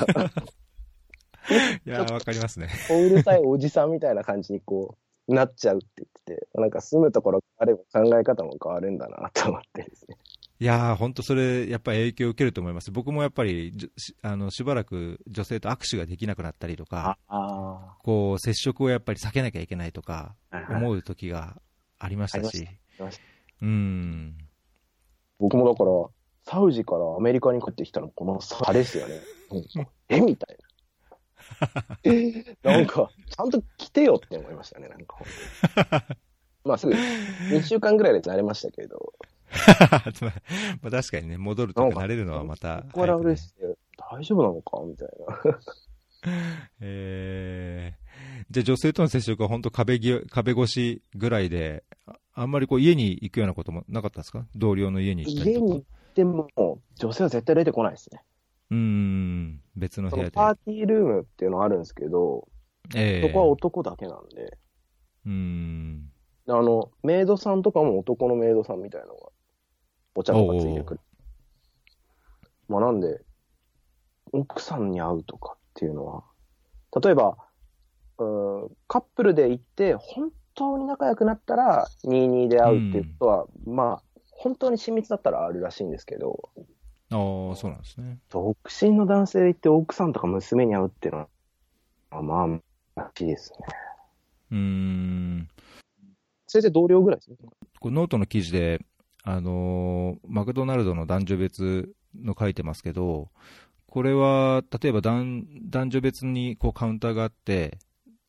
[SPEAKER 1] やー、わかりますね。
[SPEAKER 2] おうるさいおじさんみたいな感じにこう、なっちゃうって言ってて、なんか住むところ変われば考え方も変わるんだなと思ってですね。
[SPEAKER 1] いやー、本当それ、やっぱり影響を受けると思います。僕もやっぱり、じゅしあのしばらく女性と握手ができなくなったりとか、
[SPEAKER 2] あ、
[SPEAKER 1] こう接触をやっぱり避けなきゃいけないとか、思う時がありました
[SPEAKER 2] あり
[SPEAKER 1] し
[SPEAKER 2] りまし。
[SPEAKER 1] うん。 [laughs]
[SPEAKER 2] 僕もだから、サウジからアメリカに帰ってきたのこの差です
[SPEAKER 1] [laughs]
[SPEAKER 2] よね。うんえみたい
[SPEAKER 1] [laughs]
[SPEAKER 2] な。なんか、ちゃんと来てよって思いましたね、なんか本
[SPEAKER 1] [laughs]
[SPEAKER 2] 当に。まあすぐ、2週間ぐらいで慣れましたけど、
[SPEAKER 1] つまりまあ確かにね、戻るとか慣れるのはまた
[SPEAKER 2] ここから
[SPEAKER 1] 早くね
[SPEAKER 2] 嬉しい。大丈夫なのかみたいな。
[SPEAKER 1] えーじゃあ女性との接触は本当壁際壁越しぐらいで、ああんまりこう家に行くようなこともなかったですか同僚の家に行ったり
[SPEAKER 2] 家
[SPEAKER 1] と
[SPEAKER 2] に
[SPEAKER 1] か。
[SPEAKER 2] 行っても、女性は絶対出てこないですね。
[SPEAKER 1] うん、別の
[SPEAKER 2] そ
[SPEAKER 1] 部
[SPEAKER 2] の
[SPEAKER 1] 屋で。
[SPEAKER 2] パーティールームっていうのあるんですけど、
[SPEAKER 1] ええ
[SPEAKER 2] そこは男だけなんで、
[SPEAKER 1] うん。
[SPEAKER 2] あの、メイドさんとかも男のメイドさんみたいなのが、お茶とかついてくる。まあなんで、奥さんに会うとかっていうのは、例えば、うん、カップルで行って、本当に仲良くなったら、22で会うっていうことは、まあ、本当に親密だったらあるらしいんですけど、
[SPEAKER 1] ああ、そうなんですね。
[SPEAKER 2] 独身の男性で行って奥さんとか娘に会うっていうのは、まあ、まあ、らしいですね。
[SPEAKER 1] うん。
[SPEAKER 2] 先生同僚ぐらいですね。
[SPEAKER 1] こうノートの記事で、あのーマクドナルドの男女別の書いてますけど、これは例えば男男女別にこうカウンターがあって、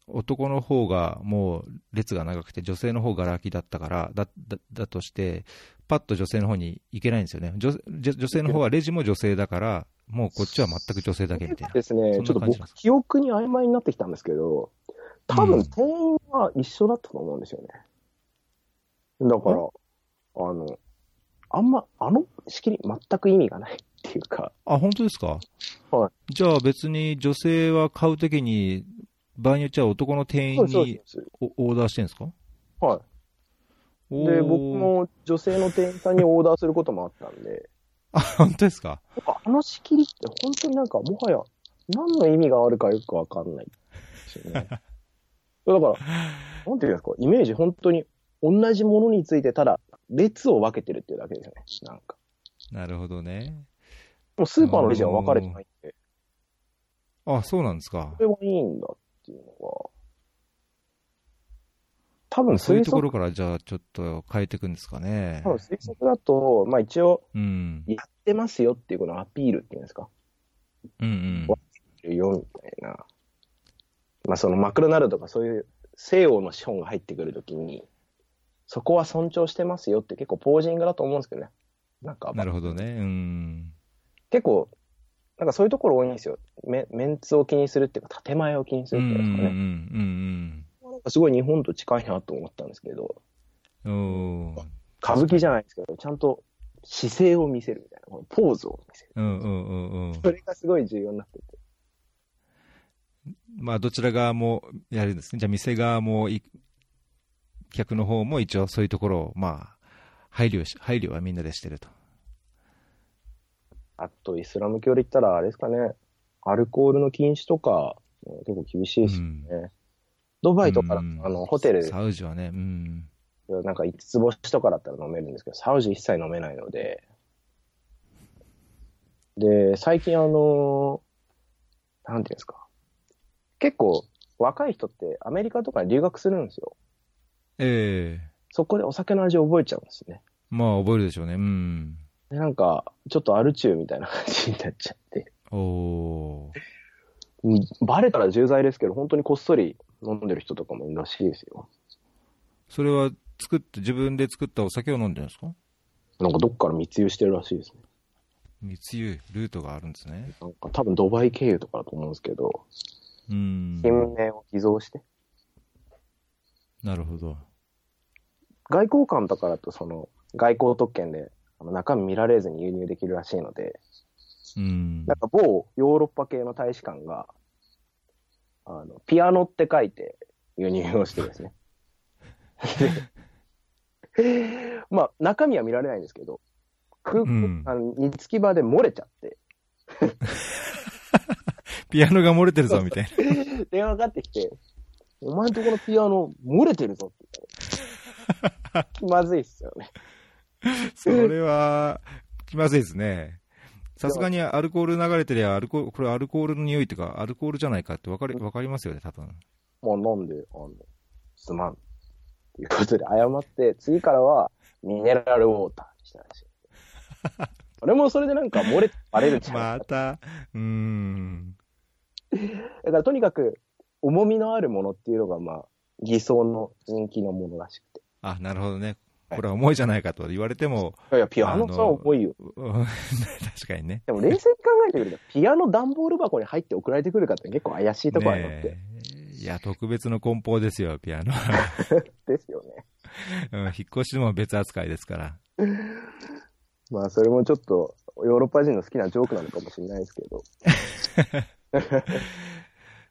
[SPEAKER 1] 男の方がもう列が長くて、女性の方が空きだったから、だだだとして、パッと女性の方に行けないんですよね、女女女性の方はレジも女性だから、もうこっちは全く女性だけみたいな。
[SPEAKER 2] ですね、ち
[SPEAKER 1] そん
[SPEAKER 2] ょっ
[SPEAKER 1] な
[SPEAKER 2] と
[SPEAKER 1] 感じなんです
[SPEAKER 2] 僕、記憶に曖昧になってきたんですけど、多
[SPEAKER 1] う
[SPEAKER 2] 分
[SPEAKER 1] ん
[SPEAKER 2] 店員は一緒だったと思うんですよね。だから、あの、あんま、あの仕切り、全く意味がないっていうか、
[SPEAKER 1] あ、本当ですか
[SPEAKER 2] は
[SPEAKER 1] じゃあ別に女性は買うときに、場合によっちゃ男の店員
[SPEAKER 2] そうですそう
[SPEAKER 1] に
[SPEAKER 2] です。
[SPEAKER 1] おオーダーしてるんですか
[SPEAKER 2] は
[SPEAKER 1] お
[SPEAKER 2] い。
[SPEAKER 1] ー
[SPEAKER 2] で、僕。も女性の店員さんにオーダーすることもあったんで、
[SPEAKER 1] あ、本当ですか
[SPEAKER 2] やっぱあの仕切りって本当になんか、もはや、何の意味があるかよくわかんない [laughs] ですよね。だから、なんていうんですか、イメージ本当に、同じものについてただ、列を分けてるっていうだけですよね。なんか。
[SPEAKER 1] なるほどね。
[SPEAKER 2] もうスーパーのレジは分かれてないんで、
[SPEAKER 1] あ、そうなんですか
[SPEAKER 2] こ。れはいいんだっていうのが、多分
[SPEAKER 1] そうい
[SPEAKER 2] 推
[SPEAKER 1] うとこ
[SPEAKER 2] 測、
[SPEAKER 1] ろからじゃあちょっと変えていくんですかね
[SPEAKER 2] 多。分推測だと、まあ一応、
[SPEAKER 1] うん。
[SPEAKER 2] やってますよっていうこのアピールっていうんですか、
[SPEAKER 1] うんうん。
[SPEAKER 2] いるよみたいな。まあそのマクドナルドがそういう西洋の資本が入ってくるときに、そこは尊重してますよって結構ポージングだと思うんですけどね。なんか、
[SPEAKER 1] なるほどね。うん。
[SPEAKER 2] 結構、なんかそういうところ多いんですよ。メメンツを気にするっていうか、建前を気にす
[SPEAKER 1] うん
[SPEAKER 2] る
[SPEAKER 1] う
[SPEAKER 2] っ
[SPEAKER 1] ん
[SPEAKER 2] ていうんですかね。
[SPEAKER 1] うん
[SPEAKER 2] なんかすごい日本と近いなと思ったんですけど、
[SPEAKER 1] うんうん。おー
[SPEAKER 2] 歌舞伎じゃないですけど、ちゃんと姿勢を見せるみたいな、このポーズを見せる。
[SPEAKER 1] うんうんうんうん。
[SPEAKER 2] それがすごい重要になってて。
[SPEAKER 1] まあ、どちら側もやるんですね。じゃあ、店側もい、客の方も一応そういうところを、まあ、配慮し、配慮はみんなでしてると。
[SPEAKER 2] あと、イスラム教で言ったら、あれですかね、アルコールの禁止とか、結構厳しいですよね。ドバイとかだと、
[SPEAKER 1] うん
[SPEAKER 2] あの、ホテル、
[SPEAKER 1] サウジはね、うん。
[SPEAKER 2] なんか5つ星とかだったら飲めるんですけど、サウジ一切飲めないので、で、最近あの、なんていうんですか、結構若い人ってアメリカとかに留学するんですよ。
[SPEAKER 1] ええ
[SPEAKER 2] そこでお酒の味を覚えちゃうんですね。
[SPEAKER 1] まあ、覚えるでしょうね。うん。
[SPEAKER 2] でなんか、ちょっとアルチューみたいな感じになっちゃって、
[SPEAKER 1] おー
[SPEAKER 2] うんバレたら重罪ですけど、本当にこっそり飲んでる人とかもいるらしいですよ。
[SPEAKER 1] それは、作って、自分で作ったお酒を飲んでるんですか
[SPEAKER 2] なんかどっから密輸してるらしいですね。
[SPEAKER 1] 密輸、ルートがあるんですね。
[SPEAKER 2] なんか多分ドバイ経由とかだと思うんですけど、
[SPEAKER 1] うん。
[SPEAKER 2] 品名を偽造して、
[SPEAKER 1] なるほど。
[SPEAKER 2] 外交官とかだとその外交特権であの中身見られずに輸入できるらしいので、
[SPEAKER 1] うん
[SPEAKER 2] な。んか某ヨーロッパ系の大使館が、あのピアノって書いて輸入をしてですね。 [laughs] でまあ中身は見られないんですけど、空
[SPEAKER 1] うん
[SPEAKER 2] あの二月場で漏れちゃって、
[SPEAKER 1] ピアノが漏れてるぞ、みたいな。
[SPEAKER 2] 電話かかってきて、お前んとこのピアノ漏れてるぞって
[SPEAKER 1] [laughs]
[SPEAKER 2] 言ったら気まずいっすよね。
[SPEAKER 1] それは、気まずいですね。さすがにアルコール流れてりゃ、アルコール、これアルコールの匂いっていうか、アルコールじゃないかってわかり、わかりますよね、多分。
[SPEAKER 2] もう飲んで、あの、すまん。ということで謝って、次からはミネラルウォーターにしたらしい。俺もそれでなんか漏れ、バレるんじゃない
[SPEAKER 1] また、うーん。
[SPEAKER 2] だからとにかく、重みのあるものっていうのが、まあ、偽装の人気のものらしくて。
[SPEAKER 1] あ、なるほどね。これは重いじゃないかと言われても、 [laughs]
[SPEAKER 2] いやいや、ピア
[SPEAKER 1] あ
[SPEAKER 2] ノ
[SPEAKER 1] の
[SPEAKER 2] さ、重いよ。
[SPEAKER 1] うん確かにね。
[SPEAKER 2] でも冷静に考えてみると、ピアノ段ボール箱に入って送られてくるかって結構怪しいとこあるって、
[SPEAKER 1] ねえいや、特別の梱包ですよ、ピアノは。
[SPEAKER 2] ですよね。
[SPEAKER 1] うん、引っ越しも別扱いですから。
[SPEAKER 2] まあ、それもちょっと、ヨーロッパ人の好きなジョークなのかもしれないですけど。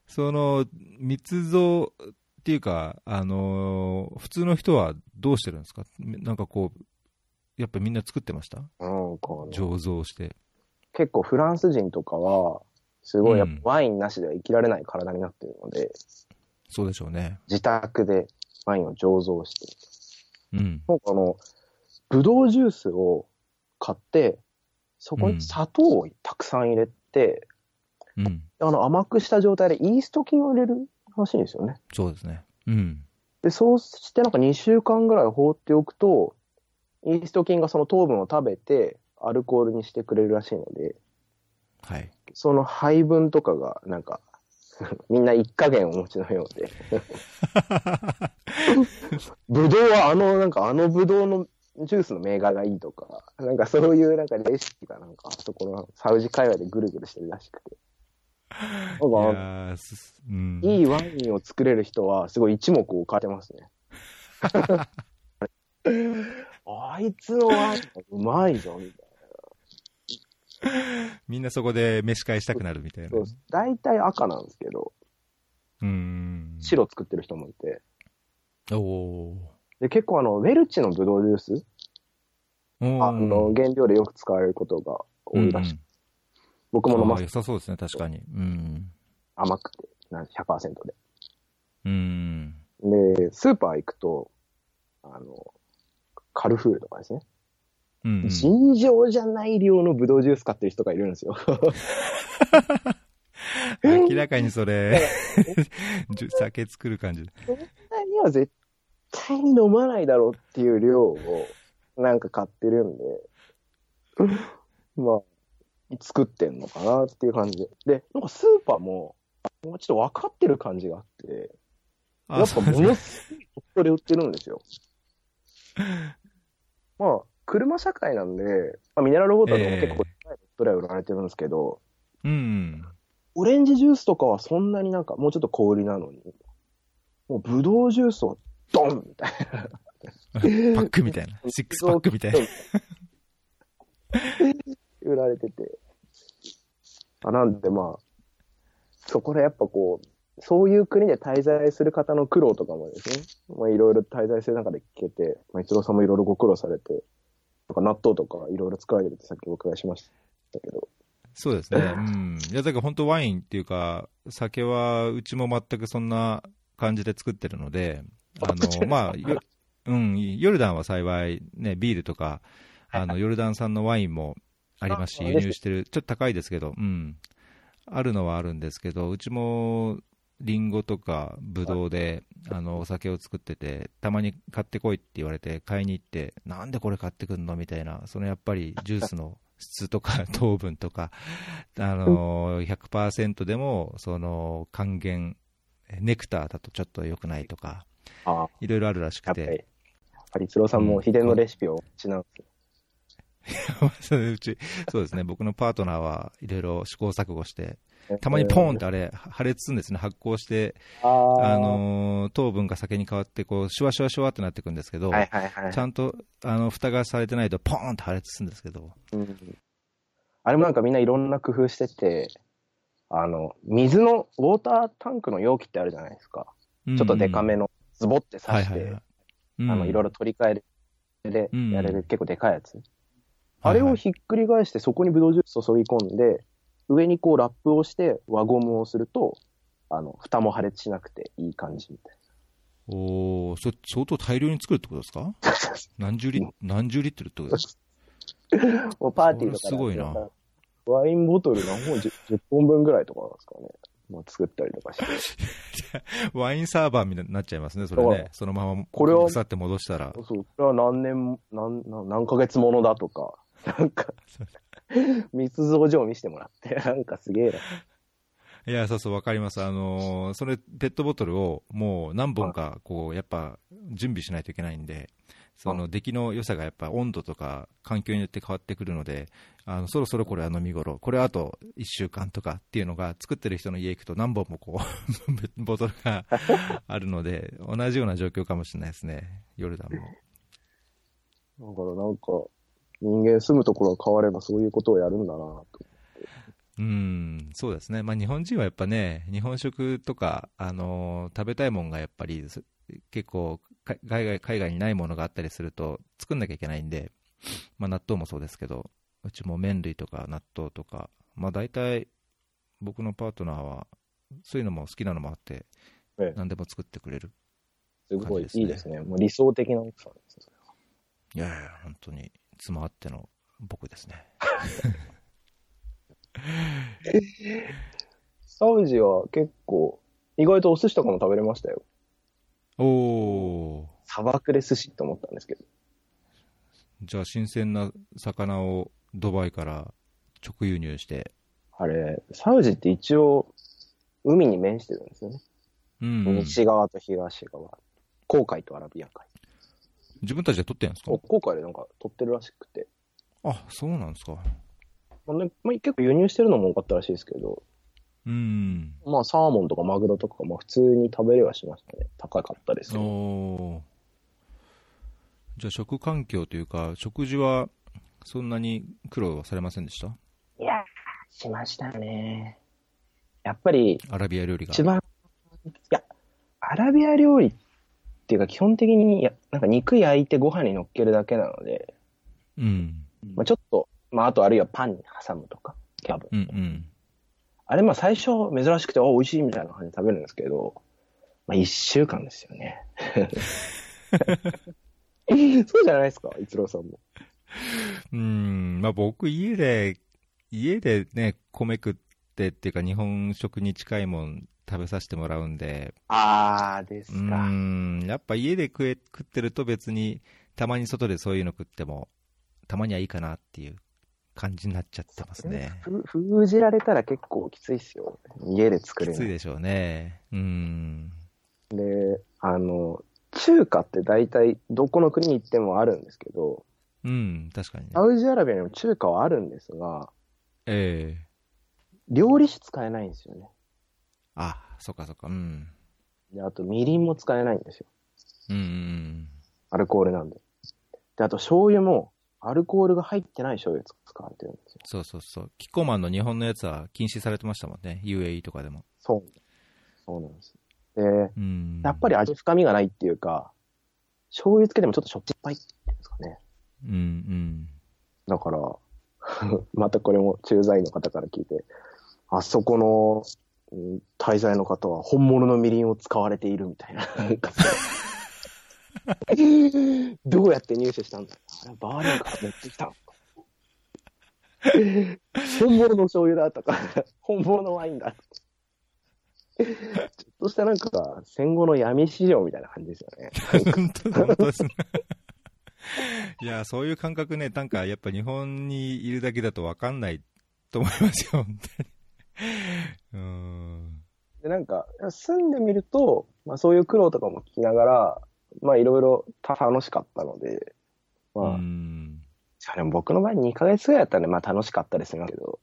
[SPEAKER 1] その、密造っていうか、あのー普通の人はどうしてるんですかなんかこう、やっぱみんな作ってました
[SPEAKER 2] なんかね
[SPEAKER 1] 醸造して。
[SPEAKER 2] 結構フランス人とかは、すごいやっ
[SPEAKER 1] うん
[SPEAKER 2] ぱワインなしでは生きられない体になっているので、
[SPEAKER 1] そうでしょうね。
[SPEAKER 2] 自宅でワインを醸造して、
[SPEAKER 1] うん。
[SPEAKER 2] なんかあの、ブドウジュースを買って、そこに砂糖をたくさん入れて、
[SPEAKER 1] うん。
[SPEAKER 2] あの甘くした状態でイースト菌を入れるらしいんですよね。
[SPEAKER 1] そうですね。うん。
[SPEAKER 2] で、そうしてなんか2週間ぐらい放っておくと、イースト菌がその糖分を食べて、アルコールにしてくれるらしいので、
[SPEAKER 1] はい。
[SPEAKER 2] その配分とかが、なんか、 [laughs] みんな一加減お持ちのようで。ぶどうはあの、なんかあのぶどうのジュースの銘柄がいいとか、なんかそういうなんかレシピがなんかあそこのサウジ界隈でぐるぐるしてるらしくて。な
[SPEAKER 1] い
[SPEAKER 2] ん
[SPEAKER 1] や
[SPEAKER 2] か、
[SPEAKER 1] ーすうん、
[SPEAKER 2] いいワインを作れる人はすごい一目置かれてます
[SPEAKER 1] [laughs]
[SPEAKER 2] ね。あいつのワインうまいぞ、みたいな。
[SPEAKER 1] みんなそこで飯会したくなるみたいな。
[SPEAKER 2] そうです大体赤なんですけど、
[SPEAKER 1] うん。
[SPEAKER 2] 白作ってる人もいて。
[SPEAKER 1] おお
[SPEAKER 2] で、結構あの、ウェルチのブドウジュース、
[SPEAKER 1] ー。うん
[SPEAKER 2] あの、原料でよく使われることが多いらしい。
[SPEAKER 1] うん
[SPEAKER 2] 僕も飲
[SPEAKER 1] あ
[SPEAKER 2] ま
[SPEAKER 1] ー
[SPEAKER 2] す
[SPEAKER 1] 良さそうですね、確かに。うん。
[SPEAKER 2] 甘くて、なん100%
[SPEAKER 1] うん。
[SPEAKER 2] で。で、スーパー行くと、あの、カルフールとかですね。
[SPEAKER 1] うん、
[SPEAKER 2] 尋常じゃない量のブドウジュース買ってる人がいるんで
[SPEAKER 1] [laughs]
[SPEAKER 2] すよ。 [laughs]
[SPEAKER 1] 明らかにそれ、 [laughs] じゅ酒作る感じ。
[SPEAKER 2] には絶対に飲まないだろうっていう量をなんか買ってるんで、まあ、作ってんのかなっていう感じで。で、なんかスーパーも、もうちょっと分かってる感じがあって、や
[SPEAKER 1] あ、
[SPEAKER 2] っ
[SPEAKER 1] そ
[SPEAKER 2] ぱ
[SPEAKER 1] うです
[SPEAKER 2] も
[SPEAKER 1] ね。
[SPEAKER 2] のすごい鳥取で売ってるんですよ。まあ、車社会なんで、まあ、ミネラルウォーターとかも結構、それは売られてるんですけど、
[SPEAKER 1] うん。
[SPEAKER 2] オレンジジュースとかはそんなになんかもうちょっと小売りなのに、もうブドウジュースをドンみたいな。
[SPEAKER 1] パックみたい
[SPEAKER 2] [laughs]
[SPEAKER 1] な。シックスパックみたいな。
[SPEAKER 2] 売られてて。あなんでまあ、そこでやっぱこう、そういう国で滞在する方の苦労とかもですね、まあいろいろ滞在する中で聞けて、まあ一郎さんもいろいろご苦労されて、なんか納豆とかいろいろ作られてるってさっきお伺いしましたけど、
[SPEAKER 1] そうですね。うん。いや、だから本当ワインっていうか、酒はうちも全くそんな感じで作ってるので、あ
[SPEAKER 2] [laughs]
[SPEAKER 1] の、まあ、ようん、ヨルダンは幸い、ね、ビールとか、あの、ヨルダン産のワインもありますし、
[SPEAKER 2] あ
[SPEAKER 1] 輸入してる、ちょっと高いですけど、うん。あるのはあるんですけど、うちも、リンゴとかブドウで、あの、お酒を作ってて、たまに買ってこいって言われて、買いに行って、なんでこれ買ってくんのみたいな、そのやっぱりジュースの質とか糖分とか、あのー、100%でも、その、還元、ネクターだとちょっと良くないとか、
[SPEAKER 2] あ
[SPEAKER 1] いろいろあるらし
[SPEAKER 2] や
[SPEAKER 1] く、
[SPEAKER 2] っぱり、やってぱり一郎さんも秘伝のレシピをしなんですよ
[SPEAKER 1] [laughs] そういううち、そうですね、僕のパートナーはいろいろ試行錯誤して、たまにポーンってあれ、破裂するんですね、発酵して、
[SPEAKER 2] あー
[SPEAKER 1] あのー糖分が酒に変わって、こう、シュワシュワシュワってなってくるんですけど、
[SPEAKER 2] はいはいはい
[SPEAKER 1] ち。ゃんと、あの、蓋がされてないと、ポーンって破裂するんですけど、
[SPEAKER 2] うんあれもなんかみんないろんな工夫してて、あの、水の、ウォータータンクの容器ってあるじゃないですか。
[SPEAKER 1] ちょ
[SPEAKER 2] ちょっとデカめの、ズボって刺して、
[SPEAKER 1] はい
[SPEAKER 2] あの、いろ
[SPEAKER 1] ろ
[SPEAKER 2] いろ取り替えで
[SPEAKER 1] うん
[SPEAKER 2] やれる、結構でかいやつ。あれ
[SPEAKER 1] はい
[SPEAKER 2] を
[SPEAKER 1] はい
[SPEAKER 2] ひっくり返して、そこにブドウジュース注ぎ込んで、上にこうラップをして輪ゴムをすると、あの、蓋も破裂しなくていい感じみたい
[SPEAKER 1] おーそれ相当大量に作るってことです
[SPEAKER 2] [laughs]
[SPEAKER 1] か
[SPEAKER 2] な。
[SPEAKER 1] 何十リ何十リットルってことですか
[SPEAKER 2] もうパーティーとか
[SPEAKER 1] それすごいな
[SPEAKER 2] ワインボトル何本 10, 10本分ぐらいとかなんですかね。もう作ったりとかして。 [laughs]
[SPEAKER 1] ワインサーバーみたいになっちゃいますね、それ
[SPEAKER 2] だか
[SPEAKER 1] ね
[SPEAKER 2] ら。
[SPEAKER 1] そのまま、
[SPEAKER 2] これを
[SPEAKER 1] 腐って戻したら。
[SPEAKER 2] そう、これは何年、何、何何ヶ月ものだとか、 [laughs] なんか、密造所を見せてもらって、 [laughs] なんかすげえな。
[SPEAKER 1] いや、そうそう、わかります。あのーそれ、ペットボトルをもう何本か、こう、やっぱ、準備しないといけないんで、その、出来の良さがやっぱ温度とか環境によって変わってくるので、あの、そろそろこれは飲み頃、これはあと1週間とかっていうのが、作ってる人の家行くと何本もこう、 [laughs] ボトルがあるので、同じような状況かもしれないですね、ヨルダンも。
[SPEAKER 2] だからなんか、人間住むところが変わればそういうことをやるんだなと。
[SPEAKER 1] うん、そうですね。まあ、日本人はやっぱね、日本食とか、あのー食べたいもんがやっぱり、す結構、か海外、海外にないものがあったりすると、作んなきゃいけないんで、まあ、納豆もそうですけど、うちも麺類とか納豆とか、まあ、大体、僕のパートナーは、そういうのも好きなのもあって、
[SPEAKER 2] ええ
[SPEAKER 1] 何でも作ってくれる。
[SPEAKER 2] すごい
[SPEAKER 1] 感じ
[SPEAKER 2] いい
[SPEAKER 1] で
[SPEAKER 2] ですすね。もう理想的な奥さんですね。
[SPEAKER 1] いやいや、本当に、妻あっての僕ですね。
[SPEAKER 2] サウジは結構、意外とお寿司とかも食べれましたよ。
[SPEAKER 1] おー。
[SPEAKER 2] 砂漠で寿司って思ったんですけど。
[SPEAKER 1] じゃあ新鮮な魚をドバイから直輸入して、
[SPEAKER 2] あれ、サウジって一応、海に面してるんですよね。
[SPEAKER 1] うんうん、
[SPEAKER 2] 西側と東側。航海とアラビア海。
[SPEAKER 1] 自分たちで撮ってるんですか
[SPEAKER 2] お航海でなんか取ってるらしくて。
[SPEAKER 1] あそうなんですか。
[SPEAKER 2] まあねまあ、結構輸入してるのも多かったらしいですけど、
[SPEAKER 1] うん。
[SPEAKER 2] まあサーモンとかマグロとか、まあ普通に食べれはしましたね。高かったですけど
[SPEAKER 1] おーじゃあ、食環境というか、食事はそんなに苦労はされませんでした
[SPEAKER 2] いやー、しましたね。やっぱり、
[SPEAKER 1] アラビア料理が。
[SPEAKER 2] 一番、いや、アラビア料理っていうか、基本的に、いや、なんか肉焼いてご飯に乗っけるだけなので、
[SPEAKER 1] うん。
[SPEAKER 2] まあ、ちょっと、まあ、あとあるいはパンに挟むとか、キャブ。
[SPEAKER 1] うんうん。
[SPEAKER 2] あれ、まあ、最初、珍しくて、お、美味しいみたいな感じで食べるんですけど、まあ、一週間ですよ [laughs] ね。そうじゃないですか、逸郎さんも。
[SPEAKER 1] うん、まあ僕、家で、家でね、米食ってっていうか、日本食に近いもん食べさせてもらうんで、
[SPEAKER 2] あー、です
[SPEAKER 1] う。ん、やっぱ家で食え食ってると別に、たまに外でそういうの食っても、たまにはいいかなっていう感じになっちゃってますね。
[SPEAKER 2] ふ封じられたら結構きついっすよ。家で作れ
[SPEAKER 1] き
[SPEAKER 2] る
[SPEAKER 1] ついでしょうね。うん。
[SPEAKER 2] で、あの、中華って大体どこの国に行ってもあるんですけど、
[SPEAKER 1] うん、確かにね
[SPEAKER 2] サ。ウジアラビアにも中華はあるんですが、
[SPEAKER 1] ええ
[SPEAKER 2] 料理酒使えないんですよね。
[SPEAKER 1] あ、そっかそっか、うん。
[SPEAKER 2] で、あとみりんも使えないんですよ。
[SPEAKER 1] うんうん
[SPEAKER 2] アルコールなんで。で、あと醤油も、アルコールが入ってない醤油使われてるんですよ。
[SPEAKER 1] そうそうそう。キッコーマンの日本のやつは禁止されてましたもんね。UAE とかでも。
[SPEAKER 2] そう。そうなんです。で、
[SPEAKER 1] うん。
[SPEAKER 2] やっぱり味深みがないっていうか、醤油つけてもちょっとしょっぱいっていうんですかね。
[SPEAKER 1] うんうん。
[SPEAKER 2] だから、 [laughs] またこれも駐在の方から聞いて、あそこのうん滞在の方は本物のみりんを使われているみたいな。 [laughs] なんかそうどうやって入手したんだあれバーレンから持ってきたの [laughs] 本物の醤油だとか、 [laughs] 本物のワインだちょっとしたなんか戦後の闇市場みたいな感じですよね。
[SPEAKER 1] 本当だ本当ですね。いや、そういう感覚ね、なんかやっぱ日本にいるだけだと分かんないと思いますよ、本当に。うん。
[SPEAKER 2] で、なんか、住んでみると、まあそういう苦労とかも聞きながら、まあいろいろ楽しかったので、まあ、
[SPEAKER 1] うん。
[SPEAKER 2] それも僕の場合2ヶ月ぐらいだったんで、まあ楽しかったですけど、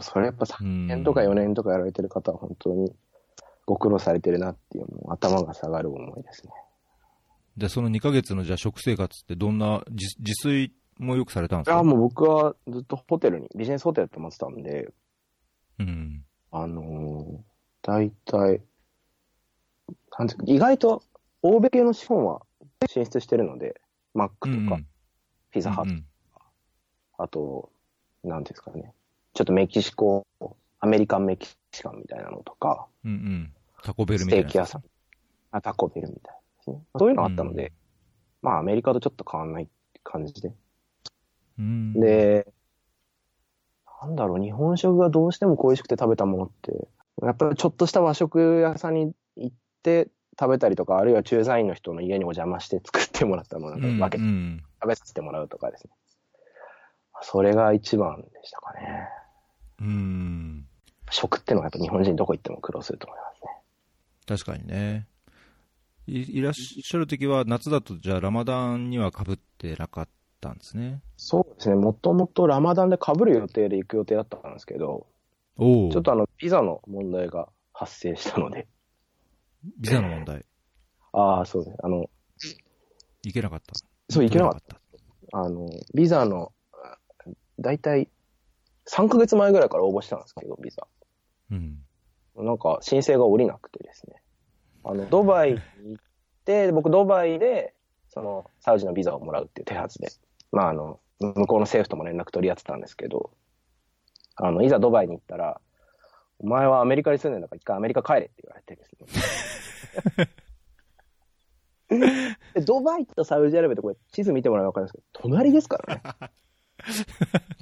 [SPEAKER 2] それやっぱ
[SPEAKER 1] う
[SPEAKER 2] 3
[SPEAKER 1] ん
[SPEAKER 2] 年とか4年とかやられてる方は本当にご苦労されてるなっていう、もう頭が下がる思いですね。
[SPEAKER 1] で、その2ヶ月のじゃあ食生活ってどんな、自自炊もよくされたんです
[SPEAKER 2] あ
[SPEAKER 1] か
[SPEAKER 2] あ、もう僕はずっとホテルに、ビジネスホテルって思ってたんで、
[SPEAKER 1] うん。
[SPEAKER 2] あのー、大体、なんていうか意外と欧米系の資本は進出してるので、マックとか、ピザハット
[SPEAKER 1] うん
[SPEAKER 2] あと、なんていうんですかね、ちょっとメキシコ、アメリカンメキシカンみたいなのとか、
[SPEAKER 1] うんうんうん。タコベル
[SPEAKER 2] ス
[SPEAKER 1] みたい
[SPEAKER 2] テ
[SPEAKER 1] な。
[SPEAKER 2] ーキ屋さん、あタコベルみたいですね。そういうのがあったので、まあアメリカとちょっと変わんない感じで。
[SPEAKER 1] うん。うん、
[SPEAKER 2] で、なんだろう、日本食がどうしても恋しくて食べたものって、やっぱりちょっとした和食屋さんに行って食べたりとか、あるいは駐在員の人の家にお邪魔して作ってもらったものなんか分け
[SPEAKER 1] う
[SPEAKER 2] て
[SPEAKER 1] んうん
[SPEAKER 2] 食べさせてもらうとかですね。それが一番でしたかね。
[SPEAKER 1] うん。
[SPEAKER 2] 食ってのはやっぱ日本人どこ行っても苦労すると思います
[SPEAKER 1] 確
[SPEAKER 2] ね。
[SPEAKER 1] かにね。いいらっしゃる時は、夏だとじゃあラマダンにはかぶってなかったんですね。
[SPEAKER 2] そうですね。もともとラマダンで被る予定で行く予定だったんですけど、
[SPEAKER 1] おお。
[SPEAKER 2] ちょっとあの、ビザの問題が発生したので、
[SPEAKER 1] ビザの問題。
[SPEAKER 2] ああ、そうですね。あの、
[SPEAKER 1] 行けなかった。
[SPEAKER 2] そう、行けなかっ
[SPEAKER 1] った。
[SPEAKER 2] た。あの、ビザの、だいたい3ヶ月前ぐらいから応募したんですけど、ビザ。 [laughs]
[SPEAKER 1] うん。
[SPEAKER 2] なんか申請が降りなくてですね。あの、ドバイに行って、僕ドバイで、その、サウジのビザをもらうっていう手はずで、まああの、向こうの政府とも連絡取り合ってたんですけど、あの、いざドバイに行ったら、お前はアメリカに住んでんだから一回アメリカ帰れって言われてですね。でドバイとサウジアラビアってこれ地図見てもらえばわかりますけど、隣ですからね。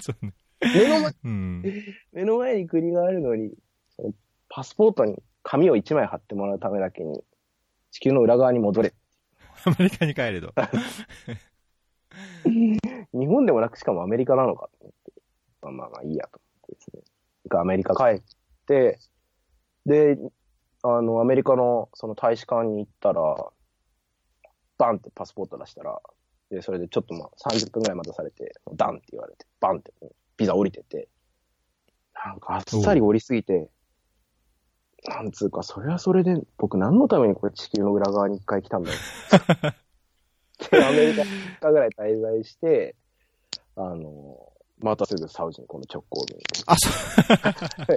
[SPEAKER 1] そうね。
[SPEAKER 2] 目の前
[SPEAKER 1] うん。
[SPEAKER 2] 目の前に国があるのに、そのパスポートに紙を1枚貼ってもらうためだけに、地球の裏側に戻れ。
[SPEAKER 1] アメリカに帰れと。
[SPEAKER 2] 日本でもなく、しかもアメリカなのかと思って、まあまあまあいいやと思ってですね。一回アメリカ帰って、で、あの、アメリカのその大使館に行ったら、バンってパスポート出したら、で、それでちょっとまあ30分ぐらい待たされて、ダンって言われて、バンってビザ降りてて、なんかあっさり降りすぎて、なんつうか、それはそれで、僕何のためにこれ地球の裏側に一回来たんだろう。で、アメリカ3日ぐらい滞在して、あの、またすぐサウジにこの直行便で
[SPEAKER 1] あ、そ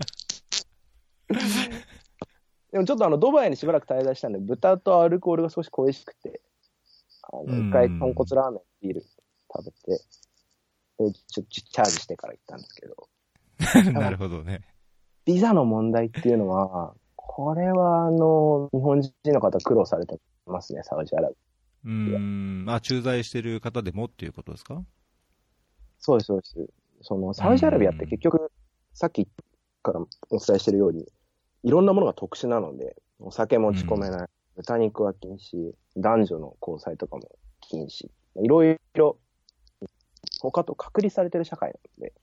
[SPEAKER 2] でもちょっとあのドバイにしばらく滞在したんで、豚とアルコールが少し恋しくて、あ
[SPEAKER 1] う
[SPEAKER 2] の
[SPEAKER 1] ん
[SPEAKER 2] 一回豚骨ラーメン、ビール食べて、でちょっとチャージしてから行ったんですけど、
[SPEAKER 1] うなるほどね。
[SPEAKER 2] ビザの問題っていうのは、これはあの、日本人の方苦労されてますね、サウジアラビア。
[SPEAKER 1] うーん。あ、駐在してる方でもっていうことですか
[SPEAKER 2] そうです、そうです。その、サウジアラビアって結局、さっきからお伝えしてるように、いろんなものが特殊なので、お酒持ち込めない、豚肉は禁止、男女の交際とかも禁止、いろいろ、他と隔離されてる社会なので、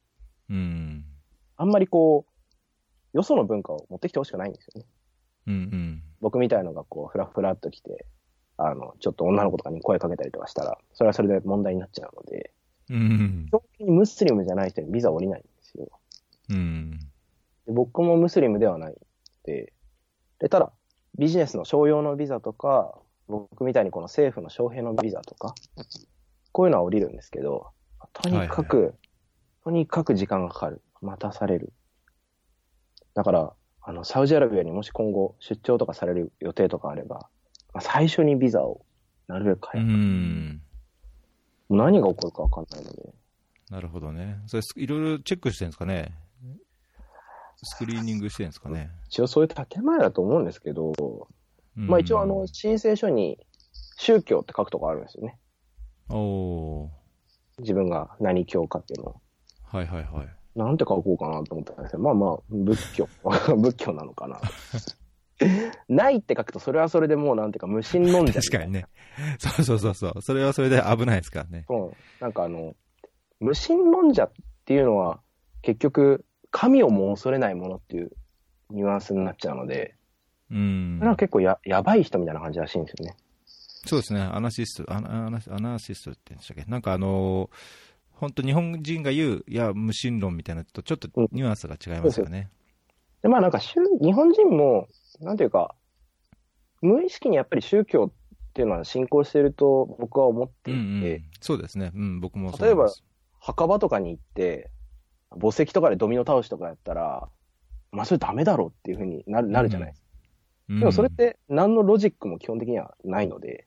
[SPEAKER 1] うーん。
[SPEAKER 2] あんまりこう、よその文化を持ってきてほしくないんですよね。
[SPEAKER 1] うんうん。
[SPEAKER 2] 僕みたいのがこう、ふらふらっと来て、あの、ちょっと女の子とかに声かけたりとかしたら、それはそれで問題になっちゃうので、
[SPEAKER 1] うん
[SPEAKER 2] 基。本的にムスリムじゃない人にビザ降りないんですよ。
[SPEAKER 1] うん。
[SPEAKER 2] で僕もムスリムではないでで、ただ、ビジネスの商用のビザとか、僕みたいにこの政府の招聘のビザとか、こういうのは降りるんですけど、とにかく、とにかく時間がかかる。待たされる。だから、あの、サウジアラビアにもし今後出張とかされる予定とかあれば、まあ最初にビザをなるべく
[SPEAKER 1] う
[SPEAKER 2] 早く、
[SPEAKER 1] ん。
[SPEAKER 2] もう何が起こるかわかんないので、
[SPEAKER 1] なるほどね。それ、いろいろチェックしてるんですかねスクリーニングしてるんですかね
[SPEAKER 2] 一応そういう建前だと思うんですけど、
[SPEAKER 1] うん
[SPEAKER 2] まあ一応あの、申請書に宗教って書くとこあるんですよね。
[SPEAKER 1] おー。
[SPEAKER 2] 自分が何教かっていうのを。
[SPEAKER 1] はいはいはい。
[SPEAKER 2] なんて書こうかなと思ったんですけど、まあまあ、仏教。 [laughs] 仏教なのかな。ないって書くと、それはそれでもうなんていうか、無心論者。
[SPEAKER 1] [laughs] 確かに。ね。そうそうそうそう。それはそれで危ないですからね。
[SPEAKER 2] うん。なんかあの、無心論者っていうのは、結局、神をも恐れないものっていうニュアンスになっちゃうので、
[SPEAKER 1] うん
[SPEAKER 2] それ。は結構ややばい人みたいな感じらしいんですよね。
[SPEAKER 1] そうですね。アナシスト、アナアナアナシストって言うんでしたっけなんかあのー本当日本人が言う、いや、無心論みたいなのとちょっとニュアンスが違いますよね。
[SPEAKER 2] で、まあなんか宗、日本人も、なんていうか、無意識にやっぱり宗教っていうのは信仰していると僕は思って
[SPEAKER 1] う
[SPEAKER 2] い
[SPEAKER 1] ん
[SPEAKER 2] て、
[SPEAKER 1] うん、そうですね。うん、僕もそう
[SPEAKER 2] 例えば
[SPEAKER 1] です
[SPEAKER 2] 墓場とかに行って、墓石とかでドミノ倒しとかやったら、まあそれダメだろうっていうふうになるなるじゃないですか。でもそれっ、て何のロジックも基本的にはないので、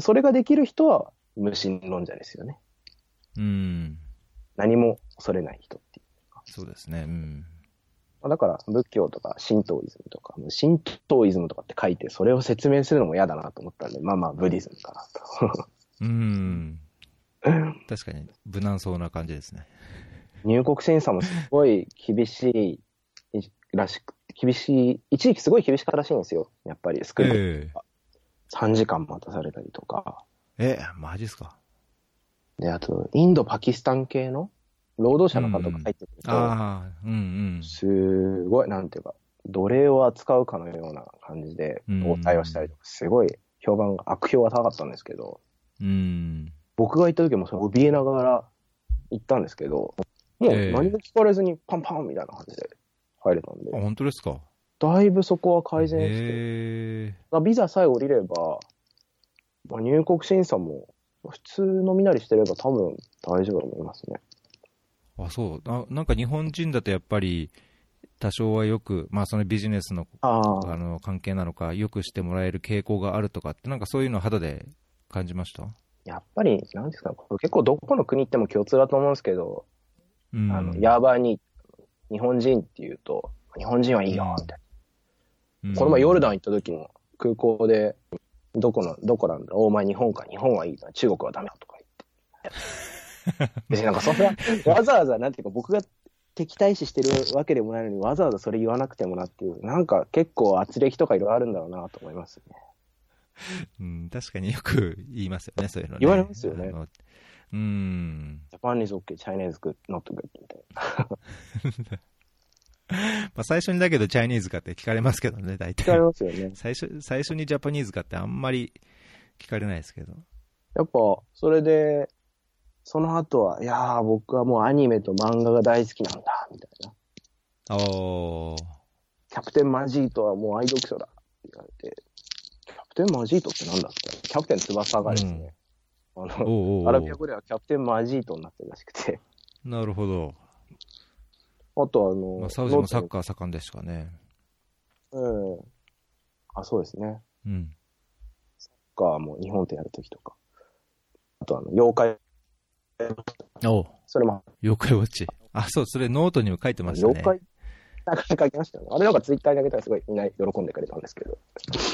[SPEAKER 2] それができる人は無神論者ですよね。
[SPEAKER 1] うん、うん
[SPEAKER 2] 何も恐れない人ってい
[SPEAKER 1] そうですね。うん。
[SPEAKER 2] う。だから仏教とか神道イズムとか、神道イズムとかって書いて、それを説明するのも嫌だなと思ったんで、まあまあブディズムかなと。 [laughs]
[SPEAKER 1] うん。確かに、無難そうな感じですね。
[SPEAKER 2] 入国審査もすごい厳しいらしく、厳しい、一時期すごい厳しかったらしいんですよ。やっぱりスクール
[SPEAKER 1] え
[SPEAKER 2] 3時間待たされたりとか、
[SPEAKER 1] ええ、マジっすか。
[SPEAKER 2] で、あと、インド、パキスタン系の労働者の方が入ってくると、
[SPEAKER 1] ああ、うん
[SPEAKER 2] すごい、なんていうか、奴隷を扱うかのような感じで
[SPEAKER 1] うん
[SPEAKER 2] 応対をしたりとか、すごい評判が、悪評は高かったんですけど、
[SPEAKER 1] うん。うん。
[SPEAKER 2] 僕が行った時もそれ怯えながら行ったんですけど、もう
[SPEAKER 1] ええ
[SPEAKER 2] 何も聞かれずにパンパンみたいな感じで入れたん
[SPEAKER 1] あ、
[SPEAKER 2] で、
[SPEAKER 1] 本当ですか。
[SPEAKER 2] だいぶそこは改善して、
[SPEAKER 1] ええ
[SPEAKER 2] まあビザさえ降りれば、まあ、入国審査も普通のみなりしてれば多分大丈夫だと思いますね。
[SPEAKER 1] あ、そう。あなんか日本人だとやっぱり、多少はよく、まあそのビジネスの
[SPEAKER 2] あ
[SPEAKER 1] あの関係なのか、よくしてもらえる傾向があるとかって、なんかそういうの肌で感じました
[SPEAKER 2] やっぱり、なんですか、これ結構どこの国行っても共通だと思うんですけど、
[SPEAKER 1] うん。
[SPEAKER 2] あの、ヤーバーに日本人って言うと、日本人はいいよ、みたい
[SPEAKER 1] うん、
[SPEAKER 2] な。この前ヨルダン行った時も空港で、どこの、どこなんだお前日本か、日本はいいな、中国はダメだとか
[SPEAKER 1] [laughs]
[SPEAKER 2] 言って。別になんかそんな、わざわざ、なんていうか僕が敵対視してるわけでもないのに、わざわざそれ言わなくてもなっていう、なんか結構圧力とかいろいろあるんだろうなと思いますね。
[SPEAKER 1] うん、確かによく言いますよね、そういうのね。
[SPEAKER 2] 言われますよね
[SPEAKER 1] あの。うん。
[SPEAKER 2] ジャパニーズ OK, チャイネーズ good, not good みたいな。
[SPEAKER 1] まあ最初にだけどチャイニーズかって聞かれますけどね、大
[SPEAKER 2] 聞か
[SPEAKER 1] 体
[SPEAKER 2] れ。ますよね。
[SPEAKER 1] 最初、最初にジャパニーズかってあんまり聞かれないですけど。
[SPEAKER 2] やっぱ、それで、その後は、いやー、僕はもうアニメと漫画が大好きなんだ、みたいな。
[SPEAKER 1] あー。
[SPEAKER 2] キャプテンマジートはもう愛読書だ、って言われて。キャプテンマジートってなんだってキャプテン翼がですね、あの、
[SPEAKER 1] おうおうお
[SPEAKER 2] ア
[SPEAKER 1] う
[SPEAKER 2] ラビア語ではキャプテンマジートになってるらしくて。
[SPEAKER 1] なるほど。
[SPEAKER 2] あとあの、
[SPEAKER 1] まあ、サウジもサ
[SPEAKER 2] ノ
[SPEAKER 1] ッ
[SPEAKER 2] ー
[SPEAKER 1] カー盛んですかね。
[SPEAKER 2] トうん。あ、そうですね。
[SPEAKER 1] うん。
[SPEAKER 2] か、もう日本とやるときとか。あとあの、妖怪、
[SPEAKER 1] お
[SPEAKER 2] それも、
[SPEAKER 1] 妖怪ウォッチ。あ、そう、それノートにも書いてましたね。
[SPEAKER 2] 妖怪、なんか書きましたよね。あれなんかツイッターに上げたらすごいみんな喜んでくれたんですけど。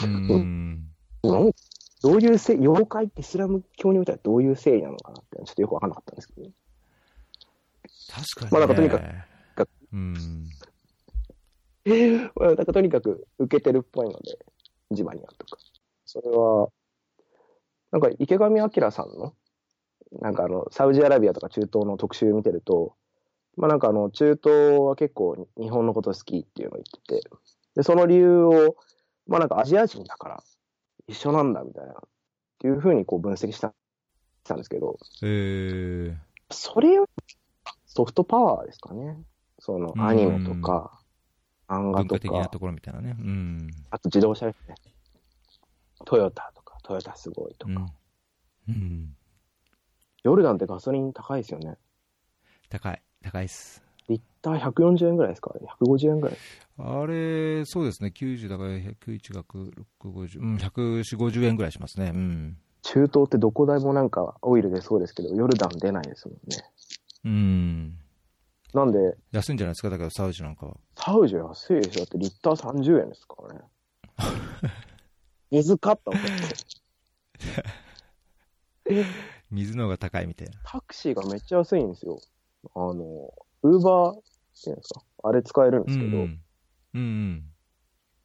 [SPEAKER 1] うん。
[SPEAKER 2] なんどういうせい、妖怪ってイスラム教においてはどういう正義なのかなって、ちょっとよくわかんなかったんですけど、
[SPEAKER 1] 確かに、ね。
[SPEAKER 2] まあなんかとにかく
[SPEAKER 1] うん。
[SPEAKER 2] まあ [laughs] なんかとにかく受けてるっぽいので、ジバニアンとか。それは、なんか池上彰さんの、なんかあの、サウジアラビアとか中東の特集見てると、まあなんかあの、中東は結構日本のこと好きっていうのを言ってて、で、その理由を、まあなんかアジア人だから一緒なんだみたいな、っていうふうにこう分析したしたんですけど、
[SPEAKER 1] えー、
[SPEAKER 2] それよりソフトパワーですかね。そのアニメとか、漫画
[SPEAKER 1] 文
[SPEAKER 2] と
[SPEAKER 1] 化的な
[SPEAKER 2] か
[SPEAKER 1] と、ころみたいなね。うん。
[SPEAKER 2] あと自動車ですね。トヨタとか、トヨタすごいと
[SPEAKER 1] う
[SPEAKER 2] か。
[SPEAKER 1] ん。うん。
[SPEAKER 2] ヨルダンってガソリン高いですよね。
[SPEAKER 1] 高い。高いっす。
[SPEAKER 2] リッター140円ぐらいですか ?150 円ぐらい。
[SPEAKER 1] あれ、そうですね。90だから101が650、うん、140、50円ぐらいしますね。うん。
[SPEAKER 2] 中東ってどこでもなんかオイル出そうですけど、ヨルダン出ないですもんね。
[SPEAKER 1] うん。
[SPEAKER 2] なんで、
[SPEAKER 1] 安いんじゃないですか、だけどサウジなんかは。
[SPEAKER 2] サウジは安いですよ。だってリッター30円ですからね。水買ったもんね。
[SPEAKER 1] 水の方が高いみたいな。
[SPEAKER 2] タクシーがめっちゃ安いんですよ。あの、ウーバーっていうんですかあれ使えるんで
[SPEAKER 1] うん
[SPEAKER 2] す
[SPEAKER 1] う
[SPEAKER 2] け
[SPEAKER 1] ん。
[SPEAKER 2] ど、
[SPEAKER 1] うんうん。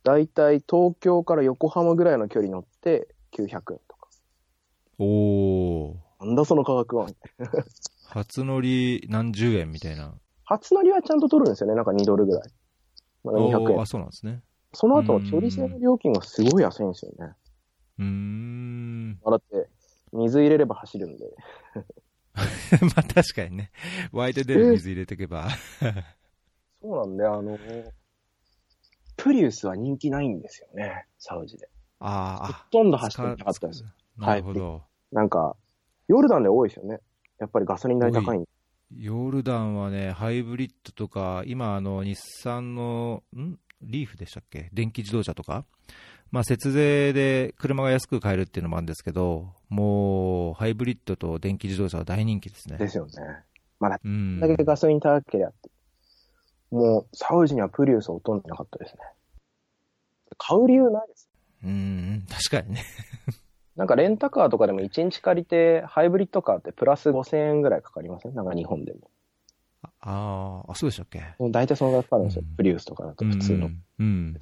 [SPEAKER 2] だいたい東京から横浜ぐらいの距離乗って900円とか。
[SPEAKER 1] おー。
[SPEAKER 2] なんだその価格は。
[SPEAKER 1] 初乗り何十円みたいな。
[SPEAKER 2] 初乗りはちゃんと取るんですよね。なんか2ドルぐらい。まだ200
[SPEAKER 1] おー
[SPEAKER 2] 円
[SPEAKER 1] あ、。そうなんですね。
[SPEAKER 2] その後の距離性の料金がすごい安いんですよね。
[SPEAKER 1] うーん。 [laughs]
[SPEAKER 2] だって、水入れれば走るんで。
[SPEAKER 1] まあ確かにね。湧いて出る水入れてけば。
[SPEAKER 2] そうなんで、あの、プリウスは人気ないんですよね。サウジで。ほ
[SPEAKER 1] あ
[SPEAKER 2] とんど
[SPEAKER 1] あ。
[SPEAKER 2] 走ってなかったです。
[SPEAKER 1] 使うなるほど。
[SPEAKER 2] なんか、ヨルダンで多いですよね。やっぱりガソリン代高いんで。
[SPEAKER 1] ヨルダンはね、ハイブリッドとか、今、あの、日産の、んリーフでしたっけ電気自動車とかまあ、節税で車が安く買えるっていうのもあるんですけど、もう、ハイブリッドと電気自動車は大人気ですね。
[SPEAKER 2] ですよね。まだ、
[SPEAKER 1] うん。
[SPEAKER 2] だけガソリン高ければって。もう、サウジにはプリウスはほとんどなかったですね。買う理由ないです。
[SPEAKER 1] うん、確かにね。
[SPEAKER 2] なんかレンタカーとかでも1日借りて、ハイブリッドカーってプラス5000円ぐらいかかりませんなんか日本でも。
[SPEAKER 1] ああ、あそうでしたっけ
[SPEAKER 2] もう大体そのぐらいかかるんですよ
[SPEAKER 1] うん。
[SPEAKER 2] プリウスとかだと普通の。
[SPEAKER 1] うん。うん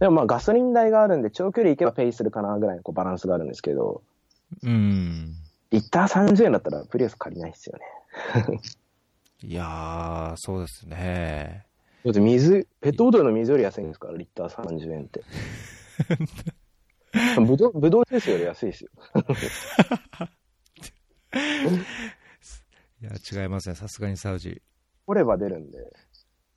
[SPEAKER 2] でもまあガソリン代があるんで、長距離行けばペイするかなぐらいのこうバランスがあるんですけど、
[SPEAKER 1] うん。
[SPEAKER 2] リッター30円だったらプリウス借りないですよね。
[SPEAKER 1] いやー、そうですね。
[SPEAKER 2] だって水、ペットボトルの水より安いんですから、リッター30
[SPEAKER 1] [laughs]
[SPEAKER 2] 円って。ぶどう、ぶどうジュースより安いですよ。
[SPEAKER 1] いや、違いますね。さすがにサウジ。
[SPEAKER 2] 掘れば出るんで。
[SPEAKER 1] う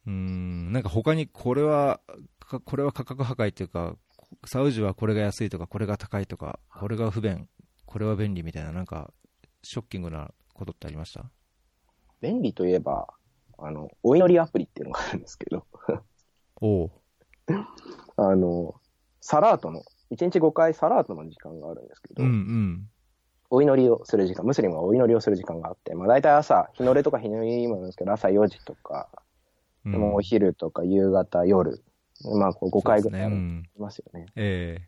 [SPEAKER 1] ーんなんか他にこれは、かこれは価格破壊というか、こサウジはこれが安いとか、これが高いとか、これが不便、これは便利みたいな、なんか、ショッキングなことってありました
[SPEAKER 2] 便利といえば、あの、お祈りアプリっていうのがあるんですけど。
[SPEAKER 1] おう
[SPEAKER 2] あの、サラートの、1日5回サラートの時間があるんですけど、
[SPEAKER 1] うんうん。
[SPEAKER 2] お祈りをする時間、ムスリムはお祈りをする時間があって、まあ大体朝、日の出とか日の入りもあるんですけど、朝4時とか、
[SPEAKER 1] うん
[SPEAKER 2] もうお昼とか夕方、夜、まあこう5回ぐらいあ
[SPEAKER 1] そうですねう
[SPEAKER 2] り
[SPEAKER 1] ん
[SPEAKER 2] ますよね。
[SPEAKER 1] え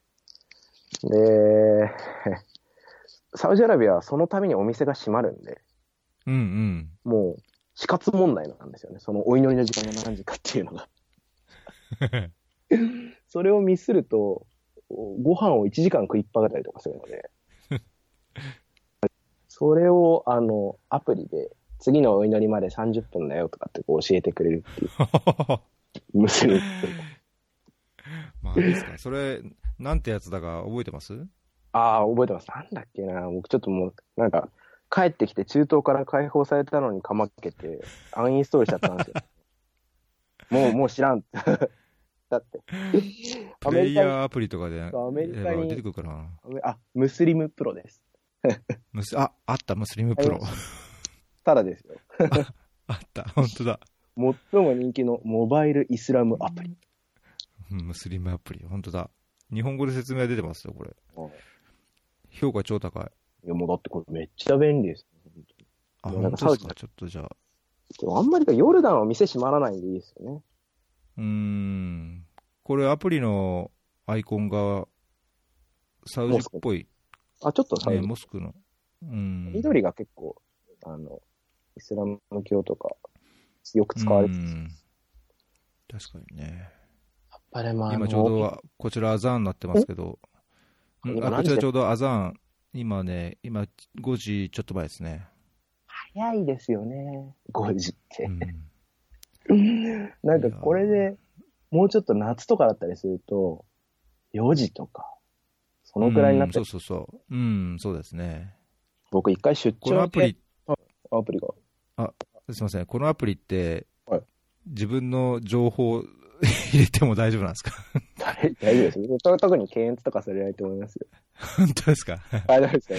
[SPEAKER 1] え
[SPEAKER 2] で [laughs] サウジアラビアはそのためにお店が閉まるんで、
[SPEAKER 1] うんうん。 [laughs]
[SPEAKER 2] もう死活問題なんですよね。そのお祈りの時間が何時かっていうのが。それをミスると、おご飯を1時間食いっぱがったりとかするの [laughs] で、それをあのアプリで、次のお祈りまで30分だよとかってこう教えてくれるっていう、ムす [laughs] る。
[SPEAKER 1] まあ、あれですか。それ、なんてやつだか覚えてます
[SPEAKER 2] ああ、覚えてます。なんだっけな。僕ちょっともう、なんか、帰ってきて中東から解放されたのにかまけて、アンインストールしちゃったんです [laughs] よ。もう、もう知らん。だって。ア
[SPEAKER 1] プ
[SPEAKER 2] メ
[SPEAKER 1] レ
[SPEAKER 2] リ
[SPEAKER 1] イ
[SPEAKER 2] カ
[SPEAKER 1] ヤ
[SPEAKER 2] に
[SPEAKER 1] ーアプリとかで、
[SPEAKER 2] そうアメリカに
[SPEAKER 1] えば出てくるかな。
[SPEAKER 2] あ、ムスリムプロです。
[SPEAKER 1] むすあ、あった、ムスリムプロ。
[SPEAKER 2] ただですよ。
[SPEAKER 1] [laughs] あった、本当だ。
[SPEAKER 2] 最も人気のモバイルイスラムアプリ。
[SPEAKER 1] うんムスリムアプリ、本当だ。日本語で説明が出てますよ、これ。
[SPEAKER 2] うんい
[SPEAKER 1] 評価超高い。
[SPEAKER 2] や、もうだってこれめっちゃ便利です。
[SPEAKER 1] あ、
[SPEAKER 2] いやな
[SPEAKER 1] 本
[SPEAKER 2] んか
[SPEAKER 1] 当です
[SPEAKER 2] サウジ
[SPEAKER 1] か。ちょっとじゃあ。
[SPEAKER 2] でもあんまりヨルダンは店閉まらないんでいいですよね。
[SPEAKER 1] うーん。これ、アプリのアイコンが、サウジっぽい。
[SPEAKER 2] あ、ちょっとさ、
[SPEAKER 1] ね、モスクの。うん。
[SPEAKER 2] 緑が結構、あの、イスラム教とか、よく使われて
[SPEAKER 1] う
[SPEAKER 2] る。
[SPEAKER 1] ん確かにね。
[SPEAKER 2] あれもあの
[SPEAKER 1] 今ちょうど、こちらアザーンになってますけど、う
[SPEAKER 2] え
[SPEAKER 1] ん
[SPEAKER 2] 今
[SPEAKER 1] あこ
[SPEAKER 2] 何時
[SPEAKER 1] ちらちょうどアザーン、今ね、今5時ちょっと前ですね。
[SPEAKER 2] 早いですよね。5時って
[SPEAKER 1] う。ん、
[SPEAKER 2] なんかこれで、もうちょっと夏とかだったりすると、4時とか、そのくらいになって、
[SPEAKER 1] うんそうそうそう。うん、そうですね。
[SPEAKER 2] 僕一回出
[SPEAKER 1] この
[SPEAKER 2] 張
[SPEAKER 1] アプ
[SPEAKER 2] で
[SPEAKER 1] リ、
[SPEAKER 2] アプリが、 [laughs]
[SPEAKER 1] すみません、このアプリって、
[SPEAKER 2] はい
[SPEAKER 1] 自分の情報入れても大丈夫なんですか [laughs]
[SPEAKER 2] 大大丈夫ですよ。と特に検閲とかされないと思いま
[SPEAKER 1] [laughs]
[SPEAKER 2] すよ。
[SPEAKER 1] 本当です
[SPEAKER 2] [laughs]
[SPEAKER 1] か
[SPEAKER 2] あ、大丈夫です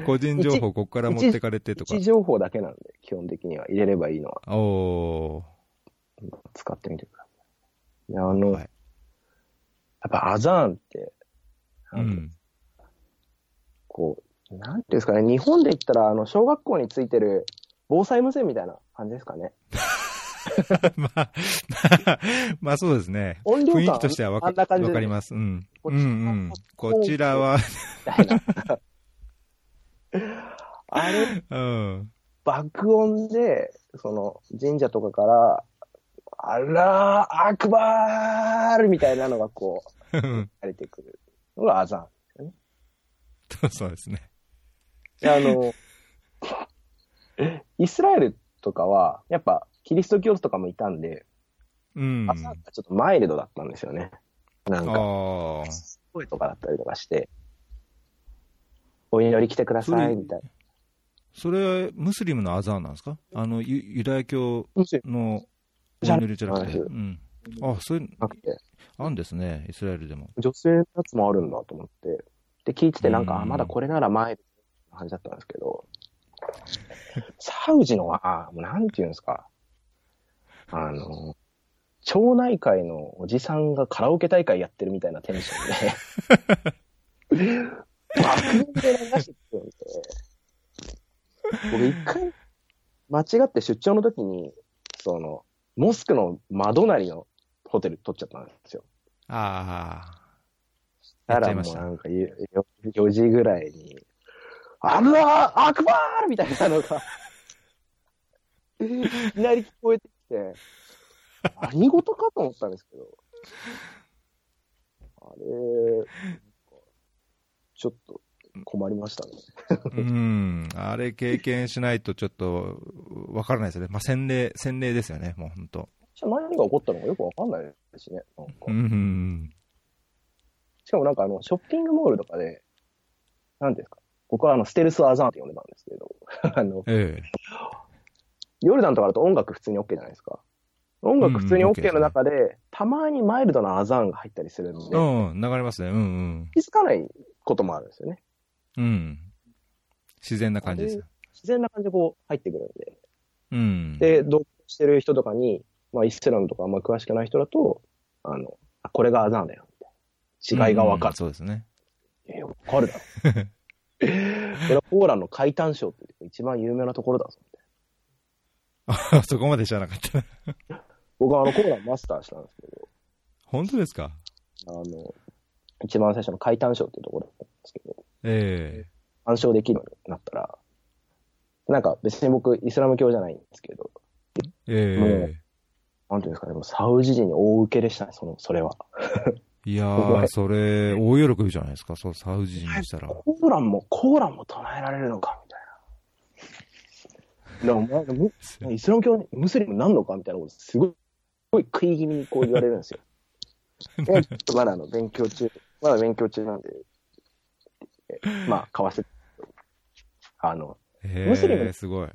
[SPEAKER 2] か
[SPEAKER 1] 個人情報ここから持ってかれてと
[SPEAKER 2] 位
[SPEAKER 1] か
[SPEAKER 2] 置。情報だけなんで、基本的には入れればいいのは、
[SPEAKER 1] お
[SPEAKER 2] 使ってみてください。であ
[SPEAKER 1] ー。
[SPEAKER 2] の、
[SPEAKER 1] はい
[SPEAKER 2] や。っぱアザーンって、あ
[SPEAKER 1] う
[SPEAKER 2] の
[SPEAKER 1] ん。 [laughs]
[SPEAKER 2] こう、なんていうんですかね、日本で言ったら、あの、小学校についてる防災無線みたいな感じですかね。
[SPEAKER 1] まあ、まあそうですね。
[SPEAKER 2] 音量
[SPEAKER 1] 雰
[SPEAKER 2] 感
[SPEAKER 1] 囲気としてはわか
[SPEAKER 2] あんな感じ
[SPEAKER 1] わ
[SPEAKER 2] で
[SPEAKER 1] かります。うん。
[SPEAKER 2] こ
[SPEAKER 1] う
[SPEAKER 2] っ
[SPEAKER 1] ん
[SPEAKER 2] ち
[SPEAKER 1] うん。こちらは、
[SPEAKER 2] みたいな。あれ、
[SPEAKER 1] うん。
[SPEAKER 2] 爆音で、その、神社とかから、あらー、アクバールみたいなのがこう、あれてくるのがアザ
[SPEAKER 1] [laughs] そうですね。
[SPEAKER 2] ン。であの、 [laughs] イスラエルとかは、やっぱ、キリスト教徒とかもいたんで、
[SPEAKER 1] うん。
[SPEAKER 2] アザンがちょっとマイルドだったんですよね。なんか、
[SPEAKER 1] ああ。
[SPEAKER 2] 声とかだったりとかして、お祈り来てくださいみたいな。
[SPEAKER 1] それはムスリムのアザーンなんですかあの、ユユダヤ教のお
[SPEAKER 2] じゃ
[SPEAKER 1] 祈りじゃなくて。
[SPEAKER 2] じゃな
[SPEAKER 1] うん。あ、そういう、
[SPEAKER 2] なくて、
[SPEAKER 1] あんですね。イスラエルでも。
[SPEAKER 2] 女性のやつもあるんだと思って、で、聞いててなんか、
[SPEAKER 1] うん
[SPEAKER 2] あまだこれなら前って感じだったんですけど、サウジのは、もうなんていうんですか、あの、町内会のおじさんがカラオケ大会やってるみたいなテンションで、爆音で流してくるんで、僕一回、間違って出張の時に、その、モスクの間隣のホテル取っちゃったんですよ。
[SPEAKER 1] ああ。やっ
[SPEAKER 2] た
[SPEAKER 1] ちゃ
[SPEAKER 2] ら
[SPEAKER 1] い
[SPEAKER 2] も
[SPEAKER 1] ま
[SPEAKER 2] う
[SPEAKER 1] し
[SPEAKER 2] な
[SPEAKER 1] た。
[SPEAKER 2] んかよよ4時ぐらいに、あらーアクバールみたいなのが、いきなり聞こえてきて、何事かと思ったんですけど、あれ、なんかちょっと困りましたね。
[SPEAKER 1] うん。あれ経験しないとちょっと、わからないですね。まあ、洗礼、洗礼ですよね。もう本当。
[SPEAKER 2] じゃあ何が起こったのかよくわかんないですしね。なんか
[SPEAKER 1] うんうん。
[SPEAKER 2] しかもなんかあの、ショッピングモールとかで、なんていうんですか、僕はあの、ステルスアザーンって呼んでたんですけど、 [laughs] あの、
[SPEAKER 1] ええ。
[SPEAKER 2] ヨルダンとかだと音楽普通に OK じゃないですか。音楽普通に
[SPEAKER 1] うんうん OK で
[SPEAKER 2] OK
[SPEAKER 1] すね
[SPEAKER 2] の中で、たまにマイルドなアザーンが入ったりするんで、
[SPEAKER 1] うん、流れますね。うんうん。
[SPEAKER 2] 気づかないこともあるんですよね。
[SPEAKER 1] うん。自然な感じですよ。
[SPEAKER 2] 自然な感じでこう入ってくるんで。
[SPEAKER 1] うん。
[SPEAKER 2] で、同行してる人とかに、まあイスラムとかあんま詳しくない人だと、あの、あこれがアザーンだよ、みたいな。違いがわか
[SPEAKER 1] うん
[SPEAKER 2] る。
[SPEAKER 1] そうですね。
[SPEAKER 2] えーわかるだろ。
[SPEAKER 1] [laughs]
[SPEAKER 2] これはポーランの海胆省っていう一番有名なところだぞ、みたいな。
[SPEAKER 1] あ [laughs] そこまで知らなかった。
[SPEAKER 2] 僕はあのコーランマスターしたんですけど、
[SPEAKER 1] 本当ですか
[SPEAKER 2] あの、一番最初の海胆省っていうところだったんですけど、
[SPEAKER 1] え
[SPEAKER 2] 暗唱できるようになったら、なんか別に僕、イスラム教じゃないんですけど、
[SPEAKER 1] ええ
[SPEAKER 2] なんていうんですかね、もうサウジ人に大受けでしたね、その、それは。
[SPEAKER 1] えいやー、それ、大喜びじゃないですか。そう、サウジ人にしたら。
[SPEAKER 2] コーランも、コーランも唱えられるのか、みたいな。でもお前むイスラム教にムスリムなんのかみたいなこと、すごいごい食い気味にこう言われるん [laughs] ですよ。でちょっとまだあの勉強中、まだ勉強中なんで、えまあ、買わせて、あの、
[SPEAKER 1] へ
[SPEAKER 2] ムスリム
[SPEAKER 1] え、すごい。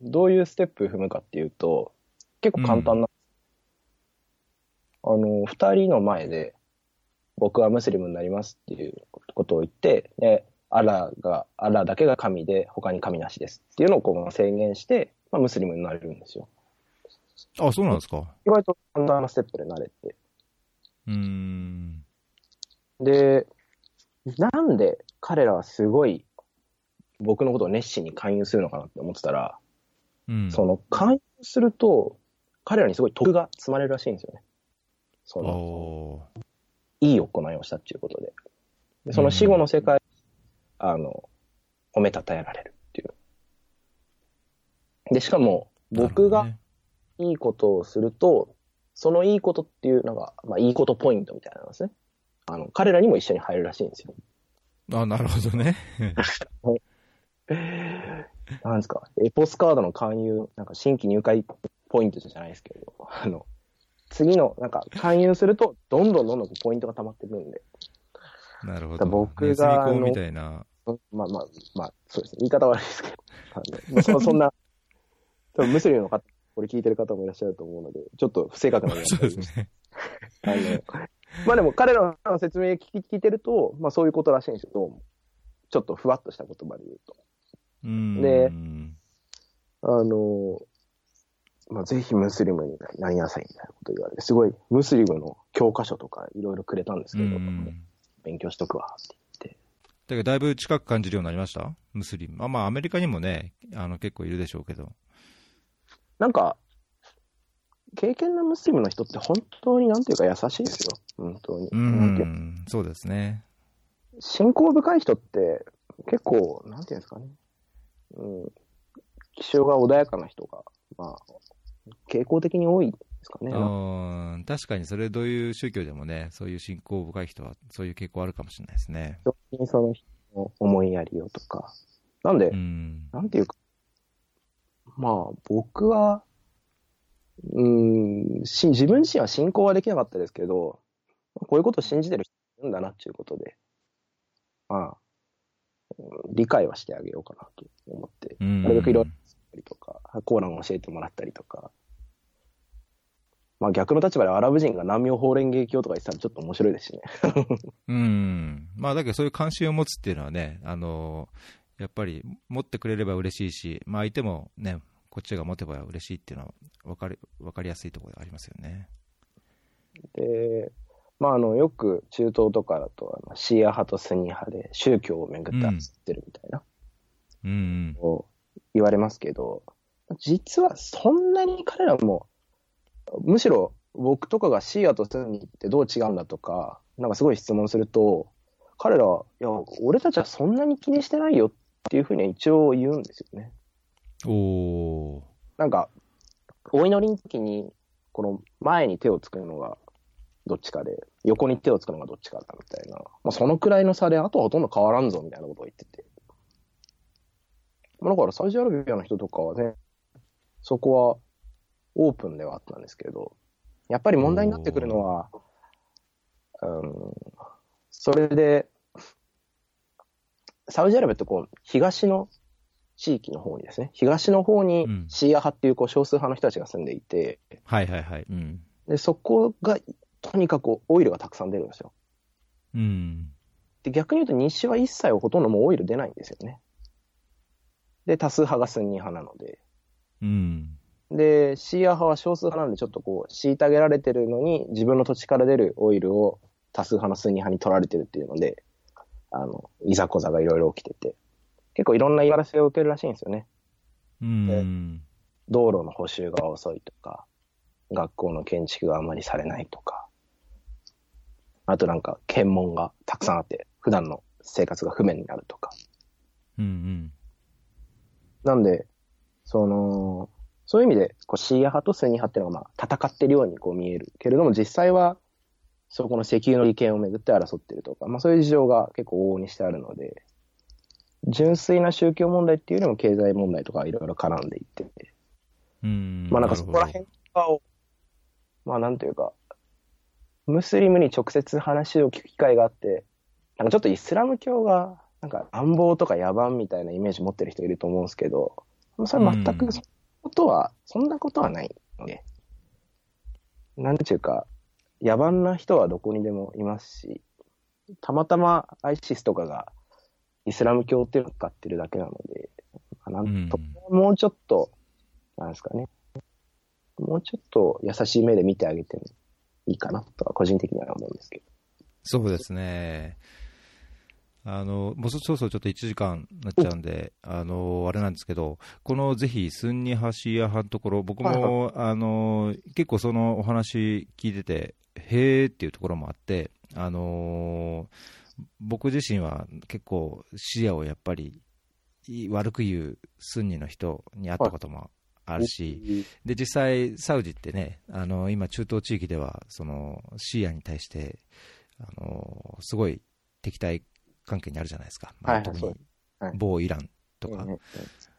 [SPEAKER 2] どういうステップ踏むかっていうと、結構簡単な、あの、二人の前で、僕はムスリムになりますっていうことを言って、で、アラーが、アラーだけが神で、他に神なしですっていうのをこう宣言して、まあ、ムスリムになれるんですよ。
[SPEAKER 1] あ、そうなんですか。
[SPEAKER 2] 意外と簡単なステップでなれて。
[SPEAKER 1] うーん。
[SPEAKER 2] で、なんで彼らはすごい僕のことを熱心に勧誘するのかなって思ってたら、
[SPEAKER 1] うん。
[SPEAKER 2] その勧誘すると、彼らにすごい得が積まれるらしいんですよね。その
[SPEAKER 1] おー
[SPEAKER 2] いい行いをしたっていうことで。でその死後の世界、あの、褒めたたえられるっていう。で、しかも、僕
[SPEAKER 1] な
[SPEAKER 2] が
[SPEAKER 1] る
[SPEAKER 2] いいことをすると、そのいいことっていう、なんか、まあ、いいことポイントみたいなのですね。あの、彼らにも一緒に入るらしいんですよ。
[SPEAKER 1] ほどねあ、なるほどね。
[SPEAKER 2] なんですか、エポスカードの勧誘、なんか新規入会ポイントじゃないですけど、あの、次の、なんか勧誘すると、どんどんどんどんポイントが溜まってくるんで、
[SPEAKER 1] なるほ
[SPEAKER 2] だか
[SPEAKER 1] ど。
[SPEAKER 2] ら僕が
[SPEAKER 1] ネズミ講
[SPEAKER 2] あの
[SPEAKER 1] みたいな。
[SPEAKER 2] まあまあ、まあ、そうですね。言い方悪いですけど、あのまあそそ [laughs] んな、多分ムスリムの方、これ聞いてる方もいらっしゃると思うので、ちょっと不正確
[SPEAKER 1] [laughs]
[SPEAKER 2] な
[SPEAKER 1] そうですね。
[SPEAKER 2] あの、まあでも彼らの説明聞き聞いてると、まあそういうことらしいんですよ、どうも。ちょっとふわっとした言葉で言うと。
[SPEAKER 1] うーん。
[SPEAKER 2] であの、まあ、ぜひムスリムになりなさいみたいなこと言われて、すごいムスリムの教科書とかいろいろくれたんです
[SPEAKER 1] う
[SPEAKER 2] けど、
[SPEAKER 1] ん。
[SPEAKER 2] 勉強しとくわって言っ
[SPEAKER 1] だ
[SPEAKER 2] て。
[SPEAKER 1] けどだいぶ近く感じるようになりましたムスリム。あまあ、アメリカにもね、あの結構いるでしょうけど。
[SPEAKER 2] なんか、経験のムスリムの人って本当になんていうか優しいですよ。本当に。
[SPEAKER 1] う。
[SPEAKER 2] なんていうん
[SPEAKER 1] そうですね。
[SPEAKER 2] 信仰深い人って結構、なんていうんですかね。うん。気性が穏やかな人が、まあ、傾向的に多いですかね。
[SPEAKER 1] うん。確かに、それどういう宗教でもね、そういう信仰深い人は、そういう傾向あるかもしれないですね。
[SPEAKER 2] 本当にその人の思いやりをとか。なんで、
[SPEAKER 1] うん。
[SPEAKER 2] なんていうか、まあ、僕は、うーん、し自分自身は信仰はできなかったですけど、こういうことを信じてる人いるんだなっていうことで、まあ、うん理解はしてあげようかなと思って、
[SPEAKER 1] うん
[SPEAKER 2] なるべくいろいろ作ったりとか、コーランを教えてもらったりとか、まあ逆の立場でアラブ人が南明法蓮華経とか言ってたらちょっと面白いですしね。
[SPEAKER 1] うん、まあだけどそういう関心を持つっていうのはね、あのやっぱり持ってくれれば嬉しいし、まあ、相手もね、こっちが持てば嬉しいっていうのは分かり分かりやすいところでありますよね。
[SPEAKER 2] で、まあ、あのよく中東とかだとあのシーア派とスニー派で宗教をめぐって争ってるみたいな
[SPEAKER 1] うん、
[SPEAKER 2] を言われますけど、実はそんなに彼らもむしろ僕とかがシーアとスニーってどう違うんだとかなんかすごい質問すると彼らはいや俺たちはそんなに気にしてないよっていうふうに一応言うんですよね。
[SPEAKER 1] おお
[SPEAKER 2] なんかお祈りの時にこの前に手をつくのがどっちかで、横に手をつくのがどっちかだみたいな、まあ、そのくらいの差で、あとはほとんど変わらんぞみたいなことを言ってて。まあ、だからサウジアラビアの人とかはね、そこはオープンではあったんですけど、やっぱり問題になってくるのは、うん、それで、サウジアラビアってこう、東の地域の方にですね、東の方に
[SPEAKER 1] うん
[SPEAKER 2] シーア派っていうこう少数派の人たちが住んでいて、
[SPEAKER 1] ー、はいはいはい。うん、
[SPEAKER 2] で、そこが、とにかくオイルがたくさん出るんですよ。
[SPEAKER 1] うん、
[SPEAKER 2] で、逆に言うと西は一切ほとんどもうオイル出ないんですよね。で、多数派がスンニ派なので。
[SPEAKER 1] うん、
[SPEAKER 2] で、シーア派は少数派なので、ちょっとこう、虐げられてるのに、自分の土地から出るオイルを多数派のスンニ派に取られてるっていうので、あの、いざこざがいろいろ起きてて、結構いろんな言わせを受けるらしいんですよね。
[SPEAKER 1] うん、
[SPEAKER 2] 道路の補修が遅いとか、学校の建築があんまりされないとか、あとなんか検問がたくさんあって、普段の生活が不便になるとか。
[SPEAKER 1] うん、うん、
[SPEAKER 2] なんで、その、そういう意味で、こうシーア派とスニ派っていうのがまあ戦ってるようにこう見えるけれども、実際は、そこの石油の利権をめぐって争ってるとか、まあそういう事情が結構往々にしてあるので、純粋な宗教問題っていうよりも経済問題とかいろいろ絡んでいって、
[SPEAKER 1] うん、
[SPEAKER 2] まあなんかそこら辺とかをまあなんというか、ムスリムに直接話を聞く機会があって、なんかちょっとイスラム教が、なんか暗暴とか野蛮みたいなイメージ持ってる人いると思うんですけど、それは全
[SPEAKER 1] う
[SPEAKER 2] く
[SPEAKER 1] ん
[SPEAKER 2] そんなことは、そんなことはないので、なんていうか、野蛮な人はどこにでもいますし、たまたまアイシスとかがイスラム教っていうのを使ってるだけなので、まあなんと、もうちょっと、なんですかね、もうちょっと優しい目で見てあげてもいいかなとは個人的には思うんですけど。
[SPEAKER 1] そうですね。あの、もうそそろそろちょっと1時間なっちゃうんで、あの、あれなんですけど、このぜひ、スンニ派、シーア派のところ、僕も、あの、結構そのお話聞いてて、へーっていうところもあって、あの、僕自身は結構視野をやっぱりい悪く言うスンニの人に会ったこともあるし、で実際、サウジってね、あの今、中東地域ではそのシーアに対してあのすごい敵対関係にあるじゃないですか、まあ
[SPEAKER 2] はいはい
[SPEAKER 1] 特
[SPEAKER 2] そ
[SPEAKER 1] に
[SPEAKER 2] うはい
[SPEAKER 1] 某イランとか、
[SPEAKER 2] うんうん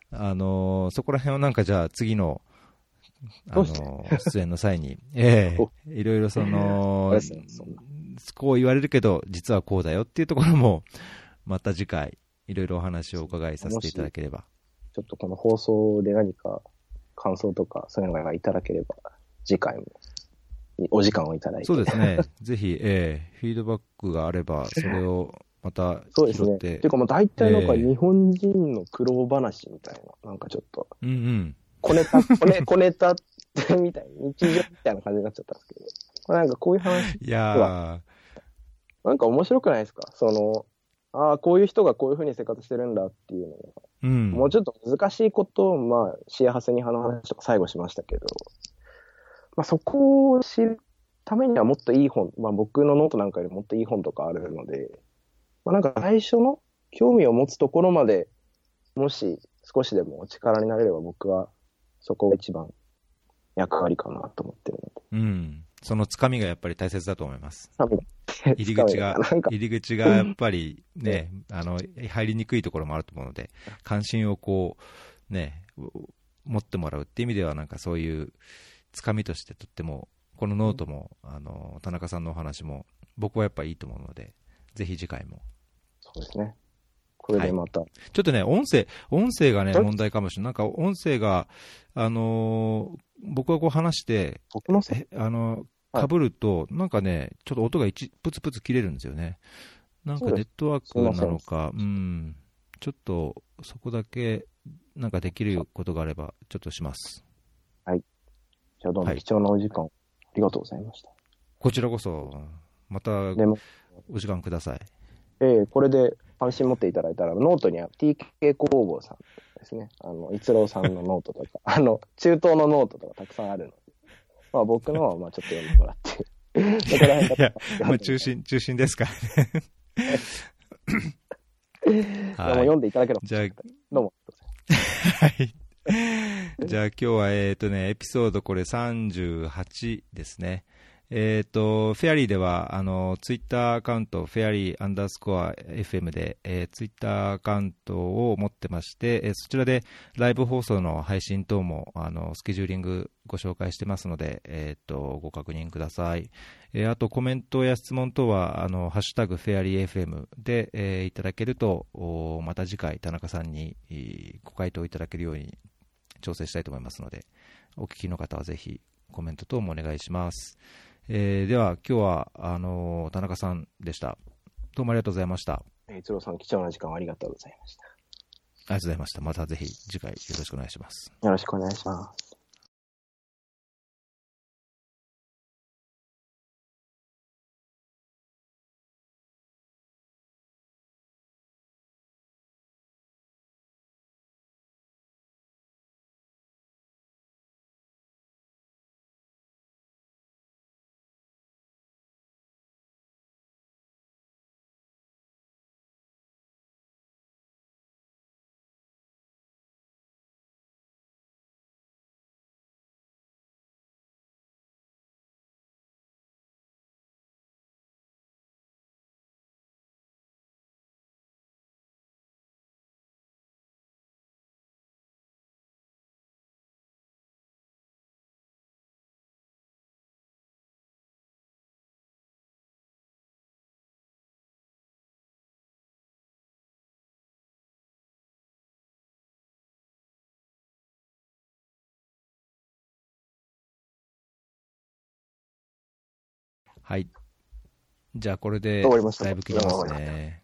[SPEAKER 1] あのそこら辺をなんかじゃあ、次のあの
[SPEAKER 2] そ
[SPEAKER 1] 出演の際に、ええいろいろそ
[SPEAKER 2] [laughs] そ
[SPEAKER 1] の
[SPEAKER 2] うですねそんな
[SPEAKER 1] こう言われるけど、実はこうだよっていうところも、また次回、いろいろお話をお伺いさせていただければ。
[SPEAKER 2] ちょっとこの放送で何か感想とかそういうのがいただければ、次回もお時間をいただいて。
[SPEAKER 1] そうですね、ぜひ、えーフィードバックがあれば、それをまた
[SPEAKER 2] そうです
[SPEAKER 1] 拾
[SPEAKER 2] ね。
[SPEAKER 1] ってて、
[SPEAKER 2] いうかもう大体なんか
[SPEAKER 1] ええ
[SPEAKER 2] 日本人の苦労話みたいな、なんかちょっと、
[SPEAKER 1] うんうん、
[SPEAKER 2] 小ネタ、小ネ小ネタみたい、日常みたいな感じになっちゃったんですけど、まあなんかこういう話
[SPEAKER 1] いや
[SPEAKER 2] なんか面白くないですかその、ああ、こういう人がこういうふうに生活してるんだっていうのが、
[SPEAKER 1] ー、うん、
[SPEAKER 2] もうちょっと難しいことを、まあ、シーアハセニ派の話とか最後しましたけど、まあ、そこを知るためにはもっといい本、まあ、僕のノートなんかよりもっといい本とかあるので、まあ、なんか最初の興味を持つところまで、もし少しでもお力になれれば僕は、そこが一番役割かなと思ってるので。
[SPEAKER 1] うん、そのつかみがやっぱり大切だと思います。
[SPEAKER 2] 多分
[SPEAKER 1] 入り口が
[SPEAKER 2] [laughs] なんか、
[SPEAKER 1] 入り口がやっぱりね、あの入りにくいところもあると思うので、関心をこう、ね、持ってもらうっていう意味では、なんかそういうつかみとしてとっても、このノートも、あの田中さんのお話も、僕はやっぱりいいと思うので、ぜひ次回も。
[SPEAKER 2] そうですね。これでまた、
[SPEAKER 1] ちょっとね、音声、音声がね、
[SPEAKER 2] え
[SPEAKER 1] 問題かもしれない。なんか音声が、あのー僕がこう話して、
[SPEAKER 2] 僕のせい
[SPEAKER 1] えあの
[SPEAKER 2] はい
[SPEAKER 1] かぶると、なんかね、ちょっと音が一プツプツ切れるんですよね。なんか
[SPEAKER 2] そう
[SPEAKER 1] ネ
[SPEAKER 2] で
[SPEAKER 1] ットワークなのか、うん、ちょっとそこだけ、なんかできることがあれば、ちょっとします。
[SPEAKER 2] じゃあどう
[SPEAKER 1] は
[SPEAKER 2] も
[SPEAKER 1] い
[SPEAKER 2] 貴重なお時間、ありがとうございました。
[SPEAKER 1] こちらこそ、また
[SPEAKER 2] でも、
[SPEAKER 1] お時間くだ
[SPEAKER 2] [laughs]
[SPEAKER 1] さい。
[SPEAKER 2] えーこれで関心持っていただいたら、ノートには TK 工房さんですね。あの、逸郎さんのノー
[SPEAKER 1] [laughs]
[SPEAKER 2] トとか、あの、中東のノートとかたくさんあるので、まあ
[SPEAKER 1] [laughs]
[SPEAKER 2] 僕のはまあちょっと読んでもらって、そこら辺
[SPEAKER 1] いや
[SPEAKER 2] が
[SPEAKER 1] まあ、中心、中心ですからね。
[SPEAKER 2] でも
[SPEAKER 1] [laughs]
[SPEAKER 2] 読んでいただければ、
[SPEAKER 1] じゃあ
[SPEAKER 2] どうも。
[SPEAKER 1] はい。じゃあ今日はえっ、とね、エピソードこれ38ですね。えっ、と、フェアリーでは、あの、ツイッターアカウント、フェアリーアンダースコア FM で、えーツイッターアカウントを持ってまして、えーそちらでライブ放送の配信等も、あの、スケジューリングご紹介してますので、えっ、と、ご確認ください。えーあとコメントや質問等は、あの、ハッシュタグフェアリー FM で、えーいただけると、おーまた次回田中さんにえーご回答いただけるように調整したいと思いますので、お聞きの方はぜひコメント等もお願いします。えーでは、今日は、あのー田中さんでした。どうもありがとうございました。あ
[SPEAKER 2] えー逸郎さん、貴重な時間をありがとうございました。
[SPEAKER 1] りがとうございました。またぜひ次回よろしくお願いします。
[SPEAKER 2] よろしくお願いします。
[SPEAKER 1] はい。じゃあ、これで、
[SPEAKER 2] 終わりました
[SPEAKER 1] だいぶ切りますね。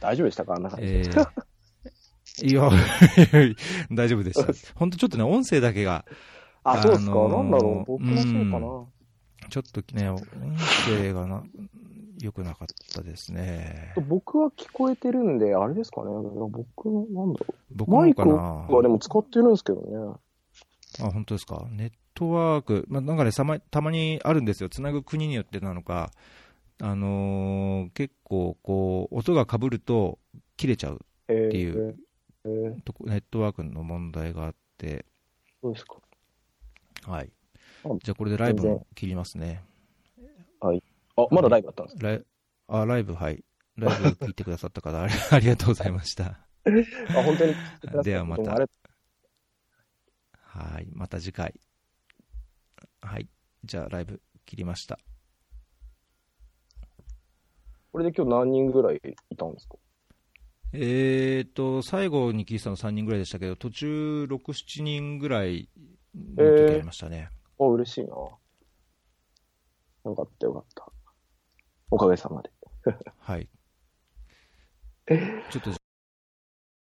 [SPEAKER 2] 大丈夫でしたかあんな感じ。
[SPEAKER 1] えー、いや、
[SPEAKER 2] [laughs]
[SPEAKER 1] [laughs] 大丈夫でした。本当ちょっとね、音声だけが、
[SPEAKER 2] あ、そうですか、
[SPEAKER 1] あのー
[SPEAKER 2] なんだろう僕もそう
[SPEAKER 1] ちょっとね、音声がな、良くなかったですね
[SPEAKER 2] か。な。僕は聞こえてるんで、あれですかね僕、なんだろう。
[SPEAKER 1] 僕
[SPEAKER 2] マ
[SPEAKER 1] の
[SPEAKER 2] イク
[SPEAKER 1] かな
[SPEAKER 2] はでも使ってるんですけどね。
[SPEAKER 1] あ、本当ですか。ネットワーク、まあ、なんかね、さまたまにあるんですよ。つなぐ国によってなのか、あのー結構、こう、音が被ると切れちゃう
[SPEAKER 2] えー、
[SPEAKER 1] っていう
[SPEAKER 2] えー。えー
[SPEAKER 1] とこネットワークの問題があって、
[SPEAKER 2] そうですか。
[SPEAKER 1] はい
[SPEAKER 2] あ。
[SPEAKER 1] じゃあ、これでライブも切りますね。
[SPEAKER 2] あ、まだライブあったんです
[SPEAKER 1] ライあ、ライブ、はい。ライブ聞いてくださった方、あり [laughs] ありがとうございました。
[SPEAKER 2] かあ、本当に聞いてくださっ
[SPEAKER 1] [laughs]
[SPEAKER 2] た
[SPEAKER 1] ではまた
[SPEAKER 2] どうもあれ
[SPEAKER 1] はい。また次回。はい。じゃあ、ライブ切りました。
[SPEAKER 2] これで今日何人ぐらいいたんですか
[SPEAKER 1] えー、と最後に聞いてたの3人ぐらいでしたけど、途中6、7人ぐらいの時ありましたね。
[SPEAKER 2] あ、嬉しいな。よかったよかった。おかげさまで。
[SPEAKER 1] はい。ちょっと